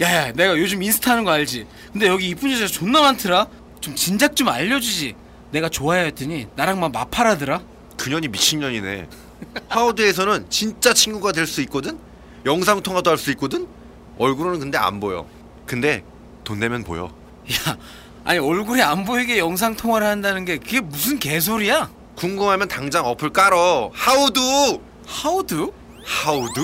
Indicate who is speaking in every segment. Speaker 1: 야야 내가 요즘 인스타 하는 거 알지? 근데 여기 이쁜 여자 존나 많더라. 좀 진작 좀 알려주지. 내가 좋아해 했더니 나랑만 마팔하더라.
Speaker 2: 그년이 미친년이네. 하워드에서는 진짜 친구가 될 수 있거든. 영상 통화도 할 수 있거든. 얼굴은 근데 안 보여. 근데 돈 내면 보여.
Speaker 1: 야 아니 얼굴이 안 보이게 영상 통화를 한다는 게 그게 무슨 개소리야?
Speaker 2: 궁금하면 당장 어플 깔어. 하우드.
Speaker 1: How do?
Speaker 2: 하우드?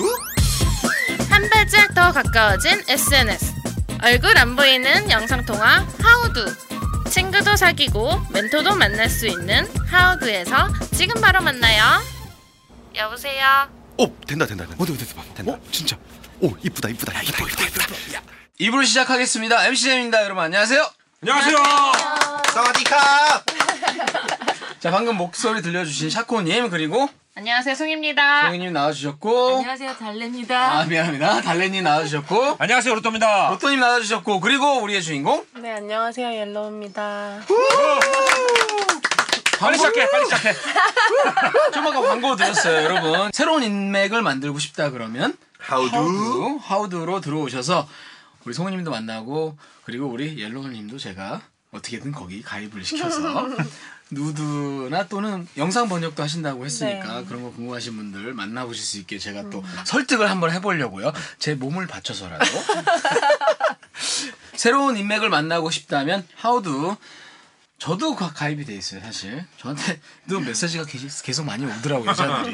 Speaker 3: 한 발짝 더 가까워진 SNS. 얼굴 안 보이는 영상통화 하우두. 친구도 사귀고 멘토도 만날 수 있는 하우두에서 지금 바로 만나요. 여보세요.
Speaker 2: 오 된다 된다 된다.
Speaker 1: 어디 어디 어디 봐봐.
Speaker 2: 된다.
Speaker 1: 어 진짜.
Speaker 2: 오 이쁘다 이쁘다 이쁘다 이쁘다 이쁘다.
Speaker 1: 입으로 시작하겠습니다. MC 잼입니다, 여러분 안녕하세요.
Speaker 4: 안녕하세요.
Speaker 2: 사디카.
Speaker 1: 자 방금 목소리 들려주신 샤코님 그리고
Speaker 3: 안녕하세요, 송입니다.
Speaker 1: 정희님 나와주셨고
Speaker 5: 안녕하세요 달래입니다.
Speaker 1: 아 미안합니다 달래님 나와주셨고
Speaker 4: 안녕하세요, 로또입니다.
Speaker 1: 로또님 나와주셨고 그리고 우리의 주인공
Speaker 5: 네 안녕하세요 옐로우입니다.
Speaker 4: 빨리 시작해, 빨리 시작해.
Speaker 1: 좀 아까 광고 드렸어요 여러분 새로운 인맥을 만들고 싶다 그러면
Speaker 2: 하우드.
Speaker 1: 하우두 하우두로 들어오셔서 우리 송우님도 만나고 그리고 우리 옐로우님도 제가 어떻게든 거기 가입을 시켜서 누드나 또는 영상 번역도 하신다고
Speaker 2: 네.
Speaker 1: 했으니까 그런 거 궁금하신 분들 만나보실 수 있게 제가
Speaker 2: 음.
Speaker 1: 또 설득을 한번 해보려고요 제 몸을 바쳐서라도 새로운 인맥을 만나고 싶다면 하우두 저도 가- 가입이 돼 있어요 사실 저한테도 메시지가 계속, 계속 많이 오더라고요 여자들이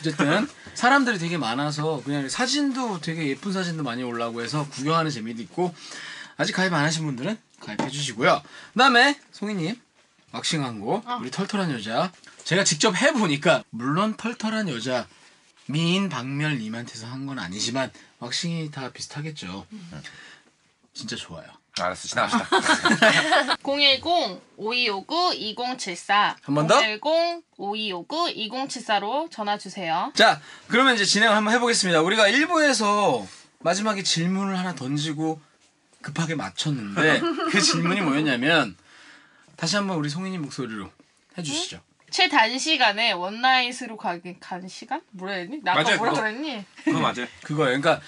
Speaker 1: 어쨌든 사람들이 되게 많아서 그냥 사진도 되게 예쁜 사진도 많이 올라오고 해서 구경하는 재미도 있고 아직 가입 안 하신 분들은 가입해 주시고요 그다음에 송이님 왁싱 한거 우리 털털한 여자 제가 직접 해보니까 물론 털털한 여자 미인 박멸님한테서 한 건 아니지만 왁싱이 다 비슷하겠죠 진짜 좋아요
Speaker 2: 알았어 지나갑시다.
Speaker 3: 010-5259-2074.
Speaker 1: 한번 더?
Speaker 3: 010-5259-2074로 전화 주세요.
Speaker 1: 자, 그러면 이제 진행을 한번 해보겠습니다. 우리가 1부에서 마지막에 질문을 하나 던지고 급하게 맞췄는데 그 질문이 뭐였냐면 다시 한번 우리 송이님 목소리로 해주시죠.
Speaker 4: 네?
Speaker 3: 최 단시간에 원나잇으로 가기, 간 시간? 뭐라 했니? 나 아까
Speaker 4: 맞아요,
Speaker 3: 뭐라
Speaker 4: 그거.
Speaker 3: 그랬니?
Speaker 4: 그거 음. 맞아.
Speaker 1: 그거예요. 그러니까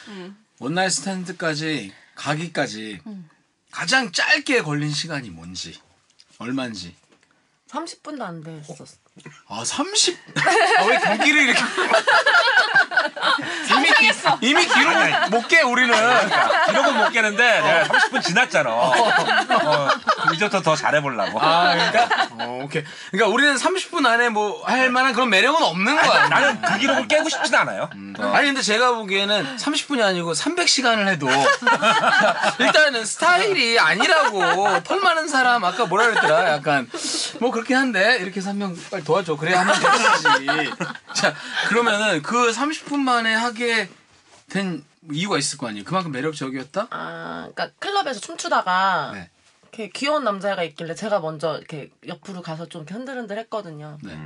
Speaker 1: 원나잇 스탠드까지 가기까지
Speaker 4: 음.
Speaker 1: 가장 짧게 걸린 시간이 뭔지 얼마인지
Speaker 5: 30분도 안 됐었어.
Speaker 1: 아 30? 아, 왜 경기를 이렇게 이미, 기, 이미 기록 못깨 우리는
Speaker 4: 네. 기록은 못 깨는데 내가 30분 지났잖아. 어, 이제부터 더 잘해보려고.
Speaker 1: 아, 그러니까 어, 오케이. 그러니까 우리는 30분 안에 뭐 할 만한 그런 매력은 없는 거야.
Speaker 4: 나는 그 기록을 깨고 싶진 않아요.
Speaker 2: 음.
Speaker 1: 아니 근데 제가 보기에는 30분이 아니고 300시간을 해도 일단은 스타일이 아니라고 털 많은 사람 아까 뭐라 그랬더라 약간 뭐 그렇긴 한데 이렇게 해서 한명 빨리 도와줘 그래야 한명 되지 자 그러면은 그 30분 만에 하게 된 이유가 있을 거 아니에요 그만큼 매력적이었다
Speaker 5: 아 그러니까 클럽에서 춤추다가
Speaker 1: 네.
Speaker 5: 이렇게 귀여운 남자애가 있길래 제가 먼저 이렇게 옆으로 가서 좀 이렇게 흔들흔들 했거든요.
Speaker 1: 네.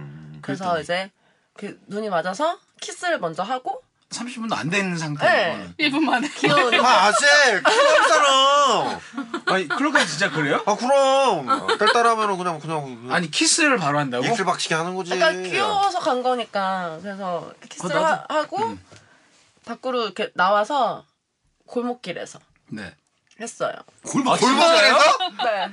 Speaker 5: 그래서 이제 그 눈이 맞아서 키스를 먼저 하고
Speaker 1: 30분도 안 되는
Speaker 5: 네.
Speaker 1: 상태예요
Speaker 3: 1분 만에.
Speaker 5: 귀여운
Speaker 2: 아 아재 큰일 사람.
Speaker 1: 아니 그럴까 진짜 그래요
Speaker 2: 아 그럼 딸딸하면은 그냥 그냥
Speaker 1: 아니 키스를 바로 한다고
Speaker 2: 입술 박치기 하는 거지.
Speaker 5: 그러니까 귀여워서 간 거니까 그래서 키스를
Speaker 1: 어,
Speaker 5: 하-
Speaker 1: 네. 나도-
Speaker 5: 하고 밖으로 이렇게 나와서 골목길에서
Speaker 1: 네
Speaker 5: 했어요.
Speaker 2: 아,
Speaker 1: 골목
Speaker 2: 골반에서?
Speaker 5: 네.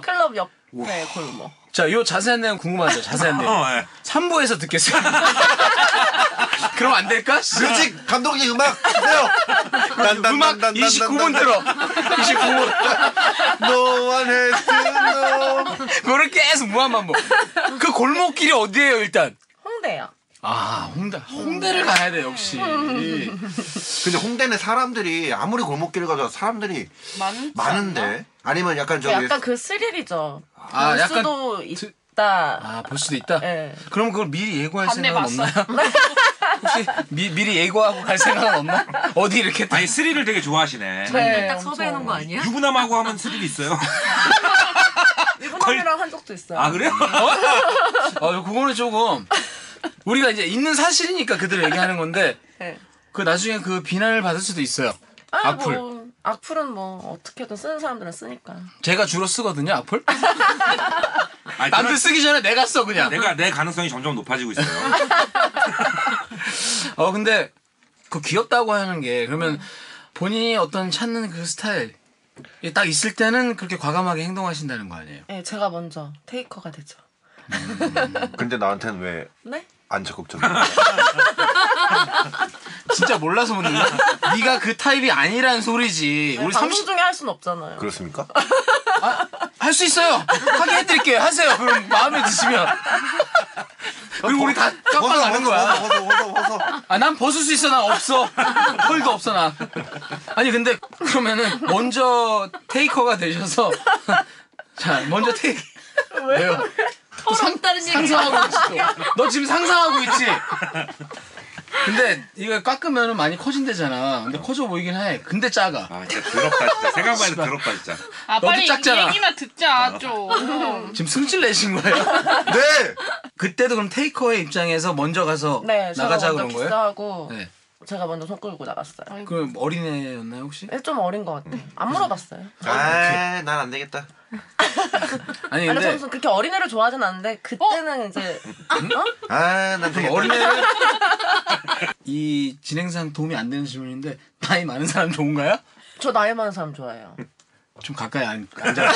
Speaker 5: 클럽 옆에 골목.
Speaker 1: 자, 요 자세한 내용 궁금하죠? 자세한 내용.
Speaker 4: 어, 예.
Speaker 1: 3부에서 듣겠습니다. 그럼 안 될까?
Speaker 2: 뮤직 감독님 음악 주세요.
Speaker 1: 음악
Speaker 2: 딴딴딴딴딴딴.
Speaker 1: 29분 들어. 29분.
Speaker 2: No one has to know.
Speaker 1: 그거를 계속 무한반복. 그 골목길이 어디예요, 일단?
Speaker 5: 홍대요.
Speaker 1: 아, 홍대. 홍대를 가야 돼, 역시.
Speaker 2: 근데 홍대는 사람들이 아무리 골목길을 가도 사람들이
Speaker 3: 많지
Speaker 2: 많은데 아니면 약간
Speaker 5: 그
Speaker 2: 저기
Speaker 5: 약간 그 스릴이죠.
Speaker 1: 아,
Speaker 5: 볼
Speaker 1: 약간
Speaker 5: 수도
Speaker 1: 드-
Speaker 5: 있다.
Speaker 1: 아, 볼 수도 있다?
Speaker 5: 예.
Speaker 1: 그럼 그걸 미리 예고할
Speaker 3: 네. 밤내
Speaker 1: 생각은
Speaker 3: 봤어.
Speaker 1: 없나요? 혹시 미, 미리 예고하고 갈 생각은 없나? 어디 이렇게 딱
Speaker 4: 아니, 스릴을 되게 좋아하시네.
Speaker 5: 네,
Speaker 6: 딱 섭외해놓은 거 아니야?
Speaker 4: 유부남하고 하면 스릴 있어요.
Speaker 5: 일본남이랑 한 적도 있어요.
Speaker 4: 아, 그래요?
Speaker 2: 음.
Speaker 1: 어, 그거는 조금 우리가 이제 있는 사실이니까 그대로 얘기하는 건데
Speaker 5: 네.
Speaker 1: 그 나중에 그 비난을 받을 수도 있어요.
Speaker 5: 아,
Speaker 1: 악플.
Speaker 5: 뭐, 악플은 뭐 어떻게든 쓰는 사람들은 쓰니까.
Speaker 1: 제가 주로 쓰거든요, 악플.
Speaker 4: 아니,
Speaker 1: 남들 쓰기 전에 내가 써 그냥.
Speaker 5: 네.
Speaker 4: 내가 내 가능성이 점점 높아지고 있어요.
Speaker 1: 어 근데 그 귀엽다고 하는 게 그러면 본인이 어떤 찾는 그 스타일 이딱 있을 때는 그렇게 과감하게 행동하신다는 거 아니에요?
Speaker 5: 네, 제가 먼저 테이커가 되죠.
Speaker 2: 음, 근데 나한테는 왜 안
Speaker 5: 네?
Speaker 2: 적극적이야?
Speaker 1: 진짜 몰라서 묻는 거야? 네가 그 타입이 아니란 소리지.
Speaker 5: 네,
Speaker 1: 우리
Speaker 5: 방송
Speaker 1: 30...
Speaker 5: 중에 할 순 없잖아요.
Speaker 2: 그렇습니까?
Speaker 1: 할 수 있어요. 하게 해드릴게요. 하세요. 그럼 마음에 드시면.
Speaker 5: 어,
Speaker 1: 그리고 우리 다 깜빡 가는 거야.
Speaker 2: 벗어 벗어 벗어. 벗어.
Speaker 1: 아, 난 벗을 수 있어. 난 없어. 털도 없어, 난. 아니, 근데, 그러면은, 먼저 테이커가 되셔서. 자, 먼저 테이 왜요? 또 상,
Speaker 3: 없다는 얘기.
Speaker 1: 상상하고 있지, 또. 너 지금 상상하고 있지? 근데, 이거 깎으면은 많이 커진대잖아. 근데 커져 보이긴 해. 근데 작아.
Speaker 4: 아 진짜 더럽다 진짜 생각만 해도 더럽다 진짜
Speaker 3: 아
Speaker 1: 너도
Speaker 3: 빨리
Speaker 1: 작잖아. 어.
Speaker 3: 얘기나 듣자 좀.
Speaker 1: 지금 승질 내신 거예요?
Speaker 7: 네.
Speaker 1: 그때도 그럼 테이커의 입장에서 먼저 가서
Speaker 5: 네, 제가
Speaker 1: 나가자
Speaker 5: 먼저
Speaker 1: 그런 거예요?
Speaker 5: 키스하고
Speaker 1: 네.
Speaker 5: 제가 먼저 손 끌고 나갔어요.
Speaker 1: 그럼 어린애였나요 혹시?
Speaker 5: 네, 좀 어린 것 같아.
Speaker 1: 음.
Speaker 5: 안 물어봤어요.
Speaker 1: 네,
Speaker 2: 아난 안 되겠다.
Speaker 1: 아니
Speaker 5: 아니
Speaker 1: 근데
Speaker 5: 저는 그렇게 어린애를 좋아하진 않는데 그때는 이제 어?
Speaker 2: 아난
Speaker 1: 그럼
Speaker 2: 되겠다.
Speaker 1: 어린애는 이 진행상 도움이 안 되는 질문인데 나이 많은 사람 좋은가요?
Speaker 5: 저 나이 많은 사람 좋아해요.
Speaker 1: 좀 가까이 안, 앉아요.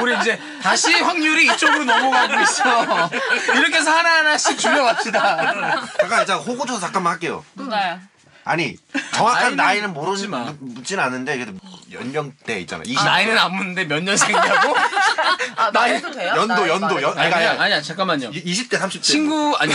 Speaker 1: 우리 이제 다시 확률이 이쪽으로 넘어가고 있어. 이렇게 해서 하나하나씩 줄여갑시다.
Speaker 2: 잠깐 자 호구 조사 잠깐만 할게요.
Speaker 3: 누나야.
Speaker 2: 아니 정확한
Speaker 1: 나이는
Speaker 2: 나이는
Speaker 1: 묻지 마.
Speaker 2: 모르는 묻진 않은데 그래도 연령대 있잖아. 20
Speaker 1: 나이는 안 묻는데 몇 년생이냐고?
Speaker 5: 아
Speaker 1: 나이-
Speaker 5: 말해도 돼요?
Speaker 2: 연도,
Speaker 5: 나이
Speaker 2: 연도,
Speaker 5: 말해도
Speaker 2: 연-
Speaker 5: 돼요?
Speaker 1: 아니야,
Speaker 2: 아니.
Speaker 1: 아니야, 잠깐만요.
Speaker 2: 20대 30대
Speaker 1: 친구, 아니,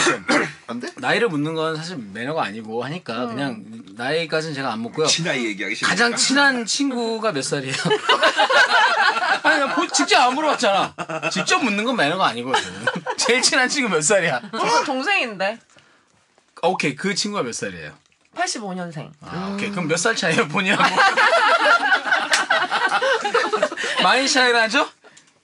Speaker 2: 안 돼?
Speaker 1: 나이를 묻는 건 사실 매너가 아니고 하니까 그냥 나이까지는 제가 안 묻고요.
Speaker 4: 친아이 얘기하기 싫어
Speaker 1: 가장 친한 친구가 몇 살이에요? 아니, 나 보- 직접 안 물어봤잖아. 직접 묻는 건 매너가 아니거든. 제일 친한 친구 몇 살이야?
Speaker 5: 저는 동생인데
Speaker 1: 아, 오케이, 그 친구가 몇 살이에요?
Speaker 5: 85년생.
Speaker 1: 아, 오케이. 그럼 몇 살 차이예요, 본인하고? 많이 차이나죠?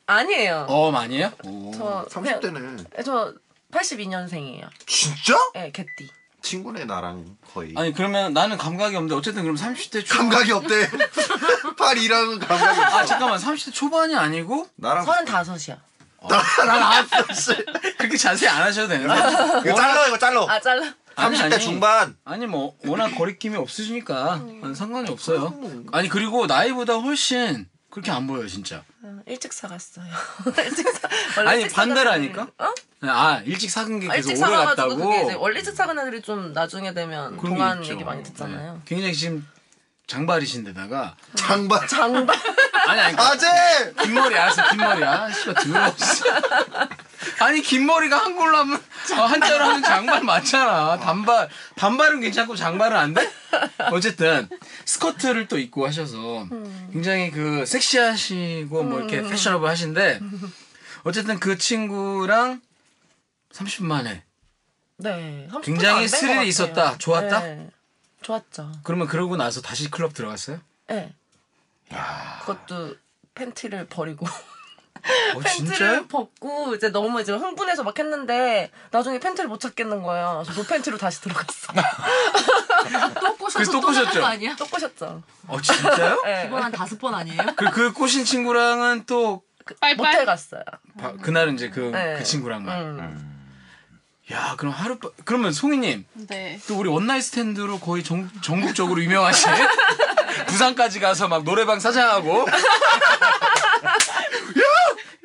Speaker 5: 아니에요.
Speaker 1: 어, 많이요? 오.
Speaker 5: 저 그냥-
Speaker 2: 30대는
Speaker 5: 저 82년생이에요.
Speaker 2: 진짜?
Speaker 5: 예, 네, 개띠.
Speaker 2: 친구네 나랑 거의
Speaker 1: 아니, 그러면 나는 감각이 없는데, 어쨌든 그럼 30대 초.
Speaker 2: 감각이 없대. 팔이랑 감각이 없어.
Speaker 1: 아, 잠깐만. 30대 초반이 아니고?
Speaker 2: 나랑
Speaker 5: 35이야.
Speaker 2: 아, 나랑 알았어. 씨.
Speaker 1: 그렇게 자세히 안 하셔도 되는데.
Speaker 2: 이거 잘라 이거 잘라.
Speaker 5: 아, 잘라.
Speaker 1: 아니,
Speaker 2: 30대
Speaker 1: 아니.
Speaker 2: 중반.
Speaker 1: 아니 뭐 워낙 거리낌이 없으시니까
Speaker 5: 음.
Speaker 1: 아니, 상관이
Speaker 5: 그렇죠,
Speaker 1: 없어요.
Speaker 5: 뭐.
Speaker 1: 아니 그리고 나이보다 훨씬 그렇게 안 보여요 진짜.
Speaker 5: 어, 일찍 사갔어요. 일찍 사. 원래
Speaker 1: 아니,
Speaker 5: 일찍 사간
Speaker 1: 반대라니까?
Speaker 5: 애들이- 어?
Speaker 1: 아 일찍 사귄 게
Speaker 5: 아,
Speaker 1: 계속
Speaker 5: 일찍
Speaker 1: 오래
Speaker 5: 사가지고
Speaker 1: 갔다고.
Speaker 5: 그게 이제 원래 일찍 사간 애들이 좀 나중에 되면
Speaker 1: 그런 게
Speaker 5: 동안
Speaker 1: 있죠.
Speaker 5: 얘기 많이 듣잖아요.
Speaker 1: 네. 굉장히 지금 장발이신데다가
Speaker 2: 장반.
Speaker 5: 장발.
Speaker 1: 아니 아니 그러니까
Speaker 2: 아재.
Speaker 1: 긴 머리야 알았어 긴 머리야. 씨발 더러워. 씨. 아니 긴 머리가 한글로 하면 어, 한자로 하면 장발 맞잖아. 단발 단발은 괜찮고 장발은 안 돼? 어쨌든 스커트를 또 입고 하셔서 굉장히 그 섹시하시고 뭐 이렇게
Speaker 5: 음.
Speaker 1: 패셔너블 하신데 어쨌든 그 친구랑 30분 만에
Speaker 5: 네. 30분
Speaker 1: 굉장히
Speaker 5: 안된것
Speaker 1: 스릴이
Speaker 5: 같아요.
Speaker 1: 있었다. 좋았다?
Speaker 5: 네. 좋았죠.
Speaker 1: 그러면 그러고 나서 다시 클럽 들어갔어요?
Speaker 5: 예. 네. 그것도 팬티를 버리고.
Speaker 1: 어 진짜요?
Speaker 5: 팬티를 벗고 이제 너무 이제 흥분해서 막 했는데 나중에 팬티를 못 찾겠는 거예요. 그래서 노팬티로 다시 들어갔어.
Speaker 3: 또 꼬셔서
Speaker 1: 그래서 또
Speaker 3: 또 꼬셨죠?
Speaker 1: 꼬셨죠?
Speaker 3: 거 아니야?
Speaker 5: 또 꼬셨죠.
Speaker 1: 어 진짜요?
Speaker 5: 예.
Speaker 3: 이번 한 다섯 번 아니에요?
Speaker 1: 그, 그 꼬신 친구랑은 또
Speaker 3: 빨빨.
Speaker 5: 모텔 갔어요.
Speaker 1: 바- 그날은 이제 그,
Speaker 5: 네.
Speaker 1: 그 친구랑만.
Speaker 5: 음.
Speaker 1: 야, 그럼 하루, 그러면 송이님,
Speaker 3: 네.
Speaker 1: 또 우리 원나잇 스탠드로 거의 전, 전국적으로 유명하신 부산까지 가서 막 노래방 사장하고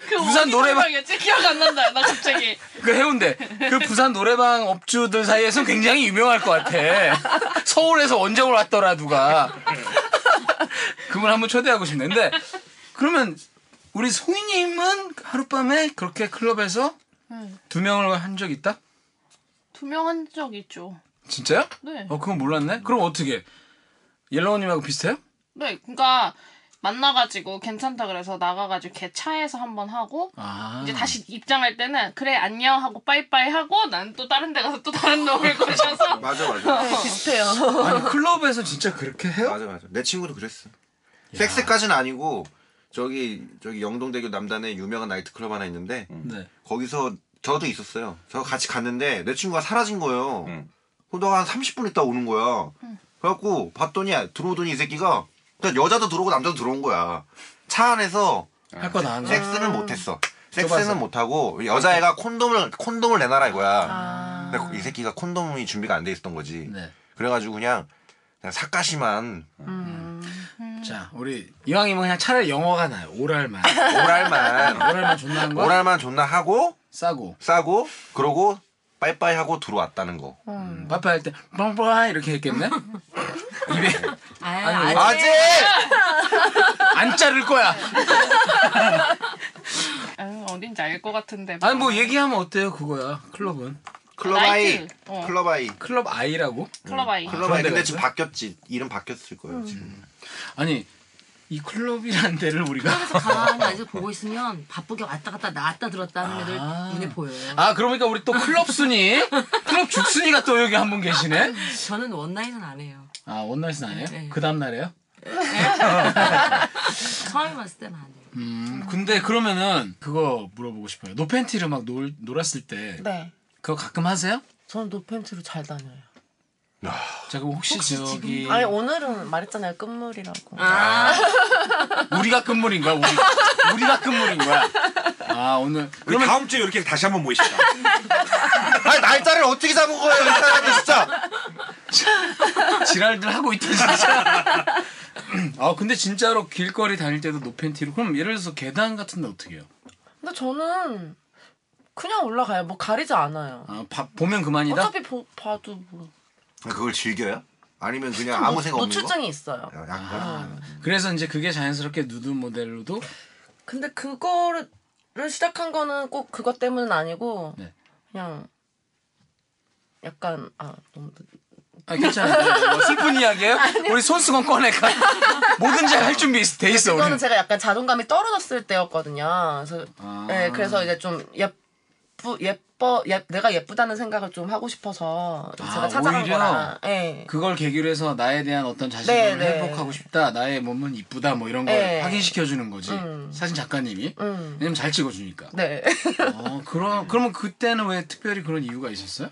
Speaker 3: 그
Speaker 1: 부산
Speaker 3: 부산
Speaker 1: 노래방-
Speaker 3: 노래방 이었지 기억 안 난다. 나 갑자기.
Speaker 1: 그 해운대 그 부산 노래방 업주들 사이에서는 굉장히 유명할 것 같아. 서울에서 원정을 왔더라 누가 그분 한번 초대하고 싶는데 그러면 우리 송이님은 하룻밤에 그렇게 클럽에서 두 명을 한 적 있다?
Speaker 3: 두 명 한 적 있죠.
Speaker 1: 진짜요?
Speaker 3: 네.
Speaker 1: 어 그건 몰랐네. 그럼 어떻게 옐로우님하고 비슷해요?
Speaker 3: 네. 그러니까 만나가지고 괜찮다 그래서 나가가지고 걔 차에서 한 번 하고
Speaker 1: 아
Speaker 3: 이제 다시 입장할 때는 그래 안녕 하고 빠이빠이 하고 난 또 다른 데 가서 또 다른 놈을 꼬셔서
Speaker 2: 맞아 맞아.
Speaker 5: 비슷해요.
Speaker 1: 아니 클럽에서 진짜 그렇게 해요?
Speaker 2: 맞아 맞아. 내 친구도 그랬어. 섹스까지는 아니고 저기 저기 영동대교 남단에 유명한 나이트클럽 하나 있는데
Speaker 1: 네.
Speaker 2: 거기서 저도 있었어요. 저 같이 갔는데 내 친구가 사라진 거예요.
Speaker 4: 음.
Speaker 2: 그러다가 한 30분 있다 오는 거야. 그래갖고 봤더니 들어오더니 이 새끼가 일단 여자도 들어오고 남자도 들어온 거야. 차 안에서
Speaker 1: 할 거 다 한 거.
Speaker 2: 섹스는 못했어.
Speaker 1: 좁아서.
Speaker 2: 섹스는 못하고 여자애가 콘돔을 콘돔을 내놔라 이거야.
Speaker 5: 아.
Speaker 2: 근데 이 새끼가 콘돔이 준비가 안 돼 있었던 거지.
Speaker 1: 네.
Speaker 2: 그래가지고 그냥 그냥 사가시만
Speaker 1: 자, 우리 이왕이면 그냥 차라리 영어가 나요. 오랄만.
Speaker 4: 어.
Speaker 2: 오랄만
Speaker 1: 오랄만 존나 한 거.
Speaker 2: 오랄만 존나 하고
Speaker 1: 싸고.
Speaker 2: 싸고 그러고 빠이빠이 하고 들어왔다는 거.
Speaker 1: 음, 빠빠이 할때 빵빠 이렇게 했겠네. 입에 아니,
Speaker 2: 아직
Speaker 1: 안 자를 거야.
Speaker 3: 아유, 음, 어딘지 알 것 같은데.
Speaker 1: 아니 뭐 얘기하면 어때요 그거야. 클럽은
Speaker 2: 클럽 아이
Speaker 3: 나이트. 어.
Speaker 2: 클럽 아이
Speaker 1: 클럽 아이라고?
Speaker 3: 클럽 아이.
Speaker 2: 클럽
Speaker 1: 그런
Speaker 2: 아이
Speaker 1: 데가
Speaker 2: 근데 지금 바뀌었지 이름 바뀌었을 거예요 지금.
Speaker 1: 아니 이 클럽이라는 데를 우리가
Speaker 8: 그래서 가만히 앉아서 보고 있으면 바쁘게 왔다 갔다 나왔다 들었다 하는 애들
Speaker 1: 아.
Speaker 8: 눈에 보여요.
Speaker 1: 아 그러니까 우리 또 클럽 순이 클럽 죽순이가 또 여기 한 분 계시네.
Speaker 8: 저는 원나잇은 안 해요.
Speaker 1: 아 원나잇은 아니에요?
Speaker 8: 네.
Speaker 1: 그 다음 날에요?
Speaker 8: 처음 왔을 때는 안 해요.
Speaker 1: 음 근데 그러면은 그거 물어보고 싶어요. 노팬티를 막 놀, 놀았을 때
Speaker 5: 네.
Speaker 1: 그거 가끔 하세요?
Speaker 5: 저는 노팬티로 잘 다녀요.
Speaker 1: 자 그럼 혹시, 저기
Speaker 5: 아니 어. 오늘은 말했잖아요 끝물이라고.
Speaker 1: 우리가 끝물인 거야? 우리, 우리가 끝물인 거야? 아 오늘
Speaker 4: 우리
Speaker 1: 그러면
Speaker 4: 다음 주에 이렇게 다시 한번 모이시죠.
Speaker 2: 아니 날짜를 어떻게 잡은 거예요 이 사람이 진짜.
Speaker 1: 지랄들 하고 있다 진짜. 아 근데 진짜로 길거리 다닐 때도 노팬티로 그럼 예를 들어서 계단 같은데 어떻게 해요?
Speaker 5: 근데 저는 그냥 올라가요. 뭐 가리지 않아요.
Speaker 1: 아 바- 보면 그만이다.
Speaker 5: 어차피 보, 봐도 뭐.
Speaker 2: 그걸 즐겨요? 아니면 그냥 아무 생각 없는 거?
Speaker 5: 노출증이 있어요. 아.
Speaker 2: 약간
Speaker 1: 그래서 이제 그게 자연스럽게 누드 모델로도
Speaker 5: 근데 그거를 시작한 거는 꼭 그것 때문은 아니고
Speaker 1: 네.
Speaker 5: 그냥 약간 아 너무 늦-
Speaker 1: 아 괜찮아요. 뭐 슬픈 이야기예요? 우리 손수건 꺼내가 뭐든지 할 준비 있- 돼 있어 우리.
Speaker 5: 그거는 제가 약간 자존감이 떨어졌을 때였거든요. 그래서
Speaker 1: 아.
Speaker 5: 네, 그래서 이제 좀 예쁘 예뻐 예, 내가 예쁘다는 생각을 좀 하고 싶어서
Speaker 1: 아,
Speaker 5: 제가 찾아간
Speaker 1: 오히려?
Speaker 5: 거라. 예.
Speaker 1: 그걸 계기로 해서 나에 대한 어떤 자신감을
Speaker 5: 네, 네.
Speaker 1: 회복하고 싶다. 나의 몸은 이쁘다. 뭐 이런 걸
Speaker 5: 네.
Speaker 1: 확인시켜 주는 거지. 사진 작가님이.
Speaker 5: 음.
Speaker 1: 왜냐면 잘 찍어 주니까.
Speaker 5: 네.
Speaker 1: 어, 그럼 그러면 그때는 왜 특별히 그런 이유가 있었어요?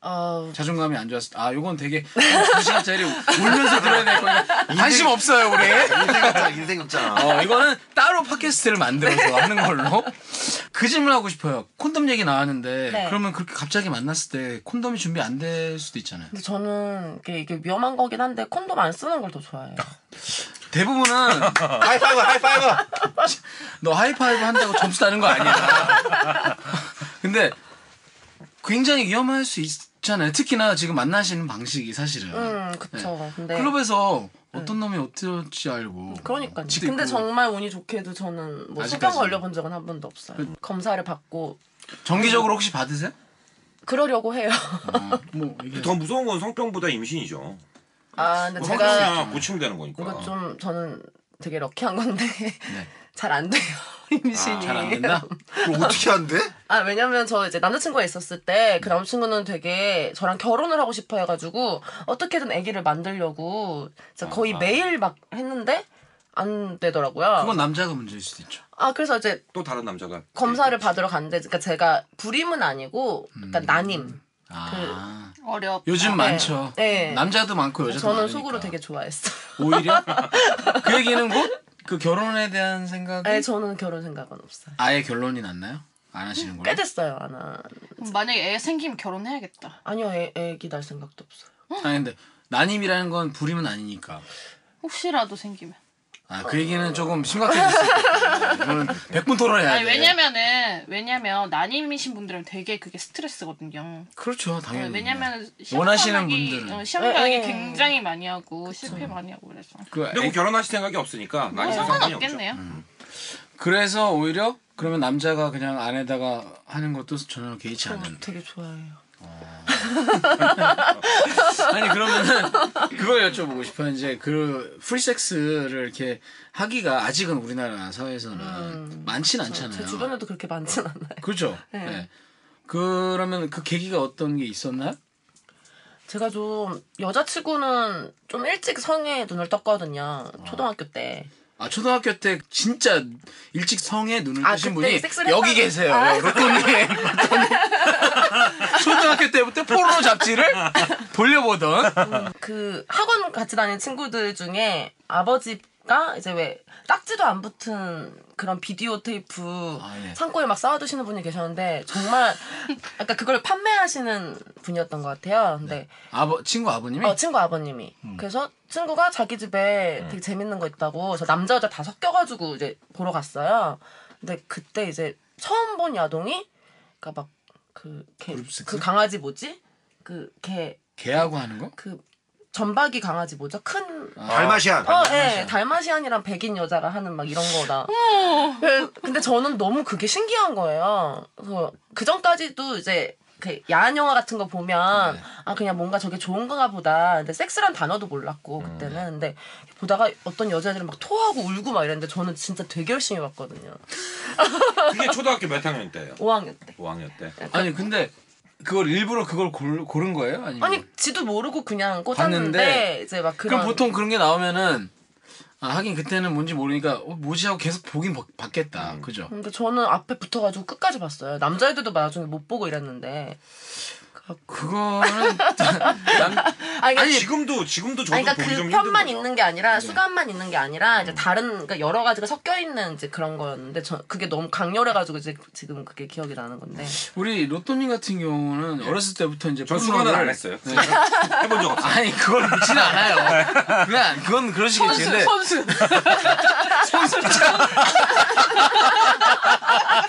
Speaker 5: 어,
Speaker 1: 자존감이 안 좋았을 때. 아, 요건 되게 두 시간짜리 울면서 들어야 될 거니까 관심 없어요, 우리.
Speaker 2: 인생 없잖아 인생 없잖아.
Speaker 1: 어, 이거는 따로 팟캐스트를 만들어서 하는 걸로. 그 질문 하고 싶어요. 콘돔 얘기 나왔는데
Speaker 5: 네.
Speaker 1: 그러면 그렇게 갑자기 만났을 때 콘돔이 준비 안 될 수도 있잖아요.
Speaker 5: 근데 저는 이게, 이게 위험한 거긴 한데 콘돔 안 쓰는 걸 더 좋아해요.
Speaker 1: 대부분은
Speaker 2: 하이파이브 하이파이브.
Speaker 1: 너 하이파이브 한다고 점수 따는 거 아니야. 근데 굉장히 위험할 수 있잖아요. 특히나 지금 만나시는 방식이 사실은.
Speaker 5: 음, 그쵸.
Speaker 1: 네.
Speaker 5: 근데
Speaker 1: 클럽에서 어떤 놈이 어떨지 알고.
Speaker 5: 그러니까요.
Speaker 1: 집도
Speaker 5: 근데
Speaker 1: 있고.
Speaker 5: 정말 운이 좋게도 저는 뭐 수병
Speaker 1: 아직까지는. 그
Speaker 5: 걸려본 적은 한 번도 없어요. 검사를 받고
Speaker 1: 정기적으로 혹시 받으세요?
Speaker 5: 그러려고 해요. 음.
Speaker 1: 어, 뭐 이게
Speaker 4: 더 무서운 건 성병보다 임신이죠.
Speaker 5: 아
Speaker 1: 어,
Speaker 5: 근데 제가
Speaker 4: 성병이야 고치면 되는 거니까.
Speaker 5: 이거 좀 저는 되게 럭키한 건데 잘 안 돼요 임신이.
Speaker 1: 네. 아, 잘 안 된다.
Speaker 2: 그거 어떻게 안 돼?
Speaker 5: 아 왜냐면 저 이제 남자친구가 있었을 때
Speaker 1: 네.
Speaker 5: 그 남자친구는 되게 저랑 결혼을 하고 싶어 해가지고 어떻게든 아기를 만들려고
Speaker 1: 아.
Speaker 5: 진짜 거의 매일 막 했는데 안 되더라고요.
Speaker 1: 그건 남자가 문제일 수도 있죠.
Speaker 5: 아 그래서 이제
Speaker 4: 또 다른 남자가
Speaker 1: 네,
Speaker 5: 검사를
Speaker 1: 그렇죠.
Speaker 5: 받으러 갔는데 그러니까 제가 불임은 아니고
Speaker 1: 음.
Speaker 5: 약간 난임.
Speaker 1: 아.
Speaker 3: 어렵.
Speaker 1: 요즘 많죠.
Speaker 5: 그 네.
Speaker 1: 남자도 많고 여자도
Speaker 5: 저는
Speaker 1: 많으니까.
Speaker 5: 속으로 되게 좋아했어요.
Speaker 1: 오히려 그 얘기는 곧 그 결혼에 대한 생각이
Speaker 5: 아니 네, 저는 결혼 생각은 없어요.
Speaker 1: 아예 결론이 났나요? 안 하시는
Speaker 5: 꽤
Speaker 1: 거예요?
Speaker 5: 됐어요 아나.
Speaker 3: 만약에 애 생기면 결혼해야겠다.
Speaker 5: 아니요 애, 애기 날 생각도 없어요.
Speaker 1: 아니 근데 난임이라는 건 불임은 아니니까.
Speaker 3: 혹시라도 생기면.
Speaker 1: 아 그 얘기는 조금 심각해졌을 것 같아요. 이거는 백분 토론해야 돼.
Speaker 3: 아니 왜냐면은 왜냐면 난임이신 분들은 되게 그게 스트레스거든요.
Speaker 1: 그렇죠
Speaker 3: 네,
Speaker 1: 당연히.
Speaker 3: 왜냐면
Speaker 1: 원하시는
Speaker 3: 시험하기-
Speaker 1: 분들은.
Speaker 3: 어, 시험하기
Speaker 5: 네, 네.
Speaker 3: 굉장히 많이 하고 실패 많이 하고 그래서 어,
Speaker 1: 그
Speaker 4: 근데 뭐 결혼하실 생각이
Speaker 5: 어,
Speaker 4: 없으니까 나이 상관이 없죠.
Speaker 3: 상관없겠네요.
Speaker 1: 음. 그래서 오히려 그러면 남자가 그냥 안에다가 하는 것도 전혀 개의치
Speaker 5: 저
Speaker 1: 않는.
Speaker 5: 되게 좋아해요.
Speaker 1: 아니 그러면은 그걸 여쭤보고 싶어요. 이제 그 프리섹스를 이렇게 하기가 아직은 우리나라 사회에서는 많진 않잖아요.
Speaker 5: 그렇죠. 제 주변에도 그렇게 많진 않아요.
Speaker 1: 그렇죠. 네.
Speaker 5: 네.
Speaker 1: 그러면 그 계기가 어떤 게 있었나요?
Speaker 5: 제가 좀 여자치고는 좀 일찍 성에 눈을 떴거든요.
Speaker 1: 어.
Speaker 5: 초등학교 때.
Speaker 1: 아 초등학교 때 진짜 일찍 성에 눈을
Speaker 5: 아,
Speaker 1: 뜨신
Speaker 5: 그때
Speaker 1: 분이
Speaker 5: 섹스를
Speaker 1: 여기
Speaker 5: 했다는-
Speaker 1: 계세요.
Speaker 5: 아.
Speaker 1: 로또님. 로또님. 초등학교 때부터 포르노 잡지를 돌려보던
Speaker 5: 음. 그 학원 같이 다니는 친구들 중에 아버지 보니까 이제 왜 딱지도 안 붙은 그런 비디오 테이프
Speaker 1: 아, 예.
Speaker 5: 창고에 막 쌓아두시는 분이 계셨는데 정말 아까 그걸 판매하시는 분이었던 것 같아요. 근데
Speaker 1: 네. 아버 친구 아버님이 음.
Speaker 5: 어, 친구 아버님이. 그래서 친구가 자기 집에
Speaker 1: 네.
Speaker 5: 되게 재밌는 거 있다고 저 남자 여자 다 섞여가지고 이제 보러 갔어요. 근데 그때 이제 처음 본 야동이 그러니까 그니까
Speaker 1: 그룹 섹스?
Speaker 5: 막그그 강아지 뭐지? 그 개 그
Speaker 1: 개하고 하는 거? 아,
Speaker 5: 점박이 강아지 뭐죠? 큰
Speaker 2: 달마시안.
Speaker 4: 아,
Speaker 5: 어, 예, 달마시안이랑 백인 여자가 하는 막 이런 거다. 그- 근데 저는 너무 그게 신기한 거예요. 그래서 그 전까지도 이제 그 야한 영화 같은 거 보면 아 그냥 뭔가 저게 좋은 건가 보다. 근데 섹스란 단어도 몰랐고 그때는 근데 보다가 어떤 여자들은 막 토하고 울고 막 이랬는데 저는 진짜 되게 열심히 봤거든요.
Speaker 4: 그게 초등학교 몇 학년 때예요?
Speaker 5: 5학년 때.
Speaker 4: 5학년 때.
Speaker 1: 아니 근데 그걸 일부러 그걸 골, 고른 거예요? 아니면
Speaker 5: 아니 지도 모르고 그냥
Speaker 1: 봤는데
Speaker 5: 꽂았는데 이제 막 그런
Speaker 1: 그럼 보통 그런 게 나오면은 아, 하긴 그때는 뭔지 모르니까 어, 뭐지 하고 계속 보긴 봐- 봤겠다.
Speaker 4: 음.
Speaker 1: 그죠?
Speaker 5: 근데 저는 앞에 붙어가지고 끝까지 봤어요. 남자애들도 나중에 못 보고 이랬는데.
Speaker 1: 그거는 남,
Speaker 5: 아니, 그러니까
Speaker 4: 지금도 지금도 저도
Speaker 2: 뭐
Speaker 5: 아니, 그러니까
Speaker 4: 보기
Speaker 5: 그
Speaker 4: 좀 힘든
Speaker 5: 편만
Speaker 4: 거죠.
Speaker 5: 있는 게
Speaker 2: 네.
Speaker 5: 아니라 수감만 있는 게 아니라
Speaker 2: 음.
Speaker 5: 이제 다른 그러니까 여러 가지가 섞여 있는 이제 그런 거였는데 저 그게 너무 강렬해가지고 이제 지금 그게 기억이 나는 건데
Speaker 1: 우리 로또님 같은 경우는 어렸을 때부터 이제
Speaker 4: 예. 전
Speaker 1: 을
Speaker 4: 수건을 안 했어요.
Speaker 5: 네.
Speaker 4: 해본 적 없어요.
Speaker 1: 아니 그걸 묻지는 않아요. 그냥 그건 그러시겠지. 근데
Speaker 5: 선수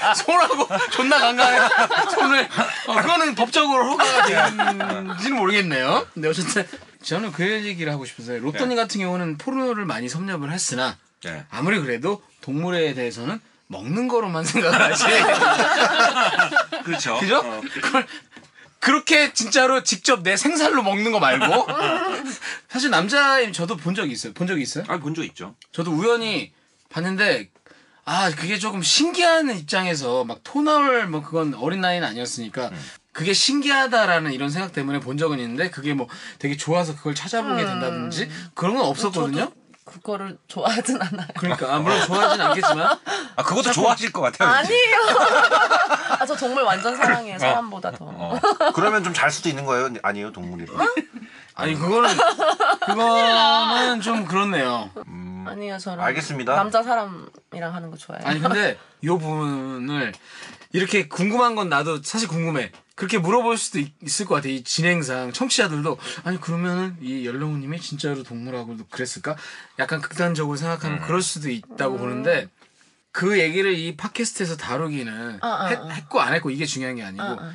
Speaker 1: 아, 손하고 존나 강간해 손을 어, 그거는 법적으로 허가가 되는지는 모르겠네요. 근데 어쨌든 저는 그 얘기를 하고 싶었어요. 로또님 같은 경우는 포르노를 많이 섭렵을 했으나
Speaker 4: 네.
Speaker 1: 아무리 그래도 동물에 대해서는 먹는 거로만 생각하지.
Speaker 4: 그렇죠.
Speaker 1: 그죠?
Speaker 4: 어.
Speaker 1: 그걸 그렇게 진짜로 직접 내 생살로 먹는 거 말고 사실 남자인 저도 본 적이 있어요. 본 적이 있어요?
Speaker 4: 아, 본 적 있죠.
Speaker 1: 저도 우연히 봤는데 아 그게 조금 신기한 입장에서 막 토널 뭐 그건 어린 나이는 아니었으니까 그게 신기하다라는 이런 생각 때문에 본 적은 있는데 그게 뭐 되게 좋아서 그걸 찾아보게 된다든지 그런 건 없었거든요.
Speaker 5: 그거를 좋아하진 않아요
Speaker 1: 그러니까 아, 물론 좋아하진 않겠지만
Speaker 4: 아, 그것도 좋아하실 것 같아요. 왠지.
Speaker 5: 아니에요 아 저 정말 완전 사랑해요
Speaker 2: 아.
Speaker 5: 사람보다 더
Speaker 2: 어. 그러면 좀 잘 수도 있는 거예요? 아니에요, 동물이.
Speaker 1: 아니 그거는 그거는 좀 그렇네요.
Speaker 5: 아니에요 저는
Speaker 2: 알겠습니다.
Speaker 5: 남자 사람이랑 하는 거 좋아해요
Speaker 1: 아니 근데 요 부분을 이렇게 궁금한 건 나도 사실 궁금해. 그렇게 물어볼 수도 있, 을것 같아. 이 진행상 청취자들도 아니 그러면은 이 연령우님이 진짜로 동물하고도 그랬을까? 약간 극단적으로 생각하면 그럴 수도 있다고 보는데
Speaker 5: 음.
Speaker 1: 그 얘기를 이 팟캐스트에서 다루기는
Speaker 5: 아, 아,
Speaker 1: 했,
Speaker 5: 아.
Speaker 1: 했고 안 했고 이게 중요한 게 아니고
Speaker 5: 아, 아.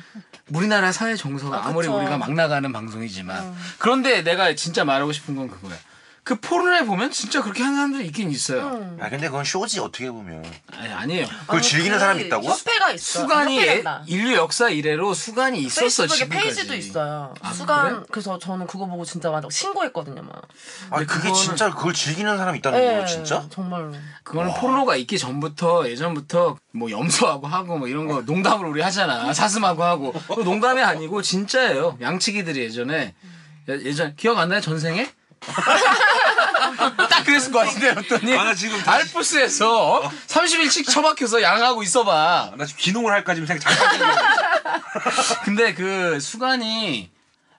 Speaker 1: 우리나라 사회 정서가
Speaker 5: 아,
Speaker 1: 아, 무리
Speaker 5: 그쵸. 음.
Speaker 1: 우리가 막 나가는 방송이지만 그런데 내가 진짜 말하고 싶은 건 그거야. 그 포르노에 보면 진짜 그렇게 하는 사람들이 있긴 있어요.
Speaker 5: 음.
Speaker 2: 아, 근데 그건 쇼지, 어떻게 보면.
Speaker 1: 아니 아니에요.
Speaker 2: 그걸 즐기는 사람이 있다고?
Speaker 5: 협회가 있어
Speaker 1: 수간이 예-
Speaker 5: 협회란다.
Speaker 1: 인류 역사 이래로 수간이 있었어
Speaker 5: 아, 페이스북에
Speaker 1: 지금까지.
Speaker 5: 페이지도 있어요
Speaker 1: 아,
Speaker 5: 수간
Speaker 1: 그래?
Speaker 5: 그래서 저는 그거 보고 진짜 막 신고했거든요 막 네.
Speaker 2: 아,
Speaker 1: 근데
Speaker 2: 그게
Speaker 1: 그거는-
Speaker 2: 진짜 그걸 즐기는 사람이 있다는 거예요, 진짜?
Speaker 5: 정말로
Speaker 1: 그거는 포르노가 있기 전부터 예전부터 뭐 염소하고 하고 뭐 이런 거 농담으로 우리 하잖아. 사슴하고 하고. 그거 농담이 아니고 진짜예요. 양치기들이 예전에 예- 예전 기억 안 나요? 전생에? 딱 그랬을 것 같은데 어떠니?
Speaker 4: 아, 나 지금 다시-
Speaker 1: 알프스에서 어? 30일씩 처박혀서 양하고 있어봐.
Speaker 4: 아, 나 지금 기농을 할까 지금 생각 잠깐 들고 있어요.
Speaker 1: 근데 그 수간이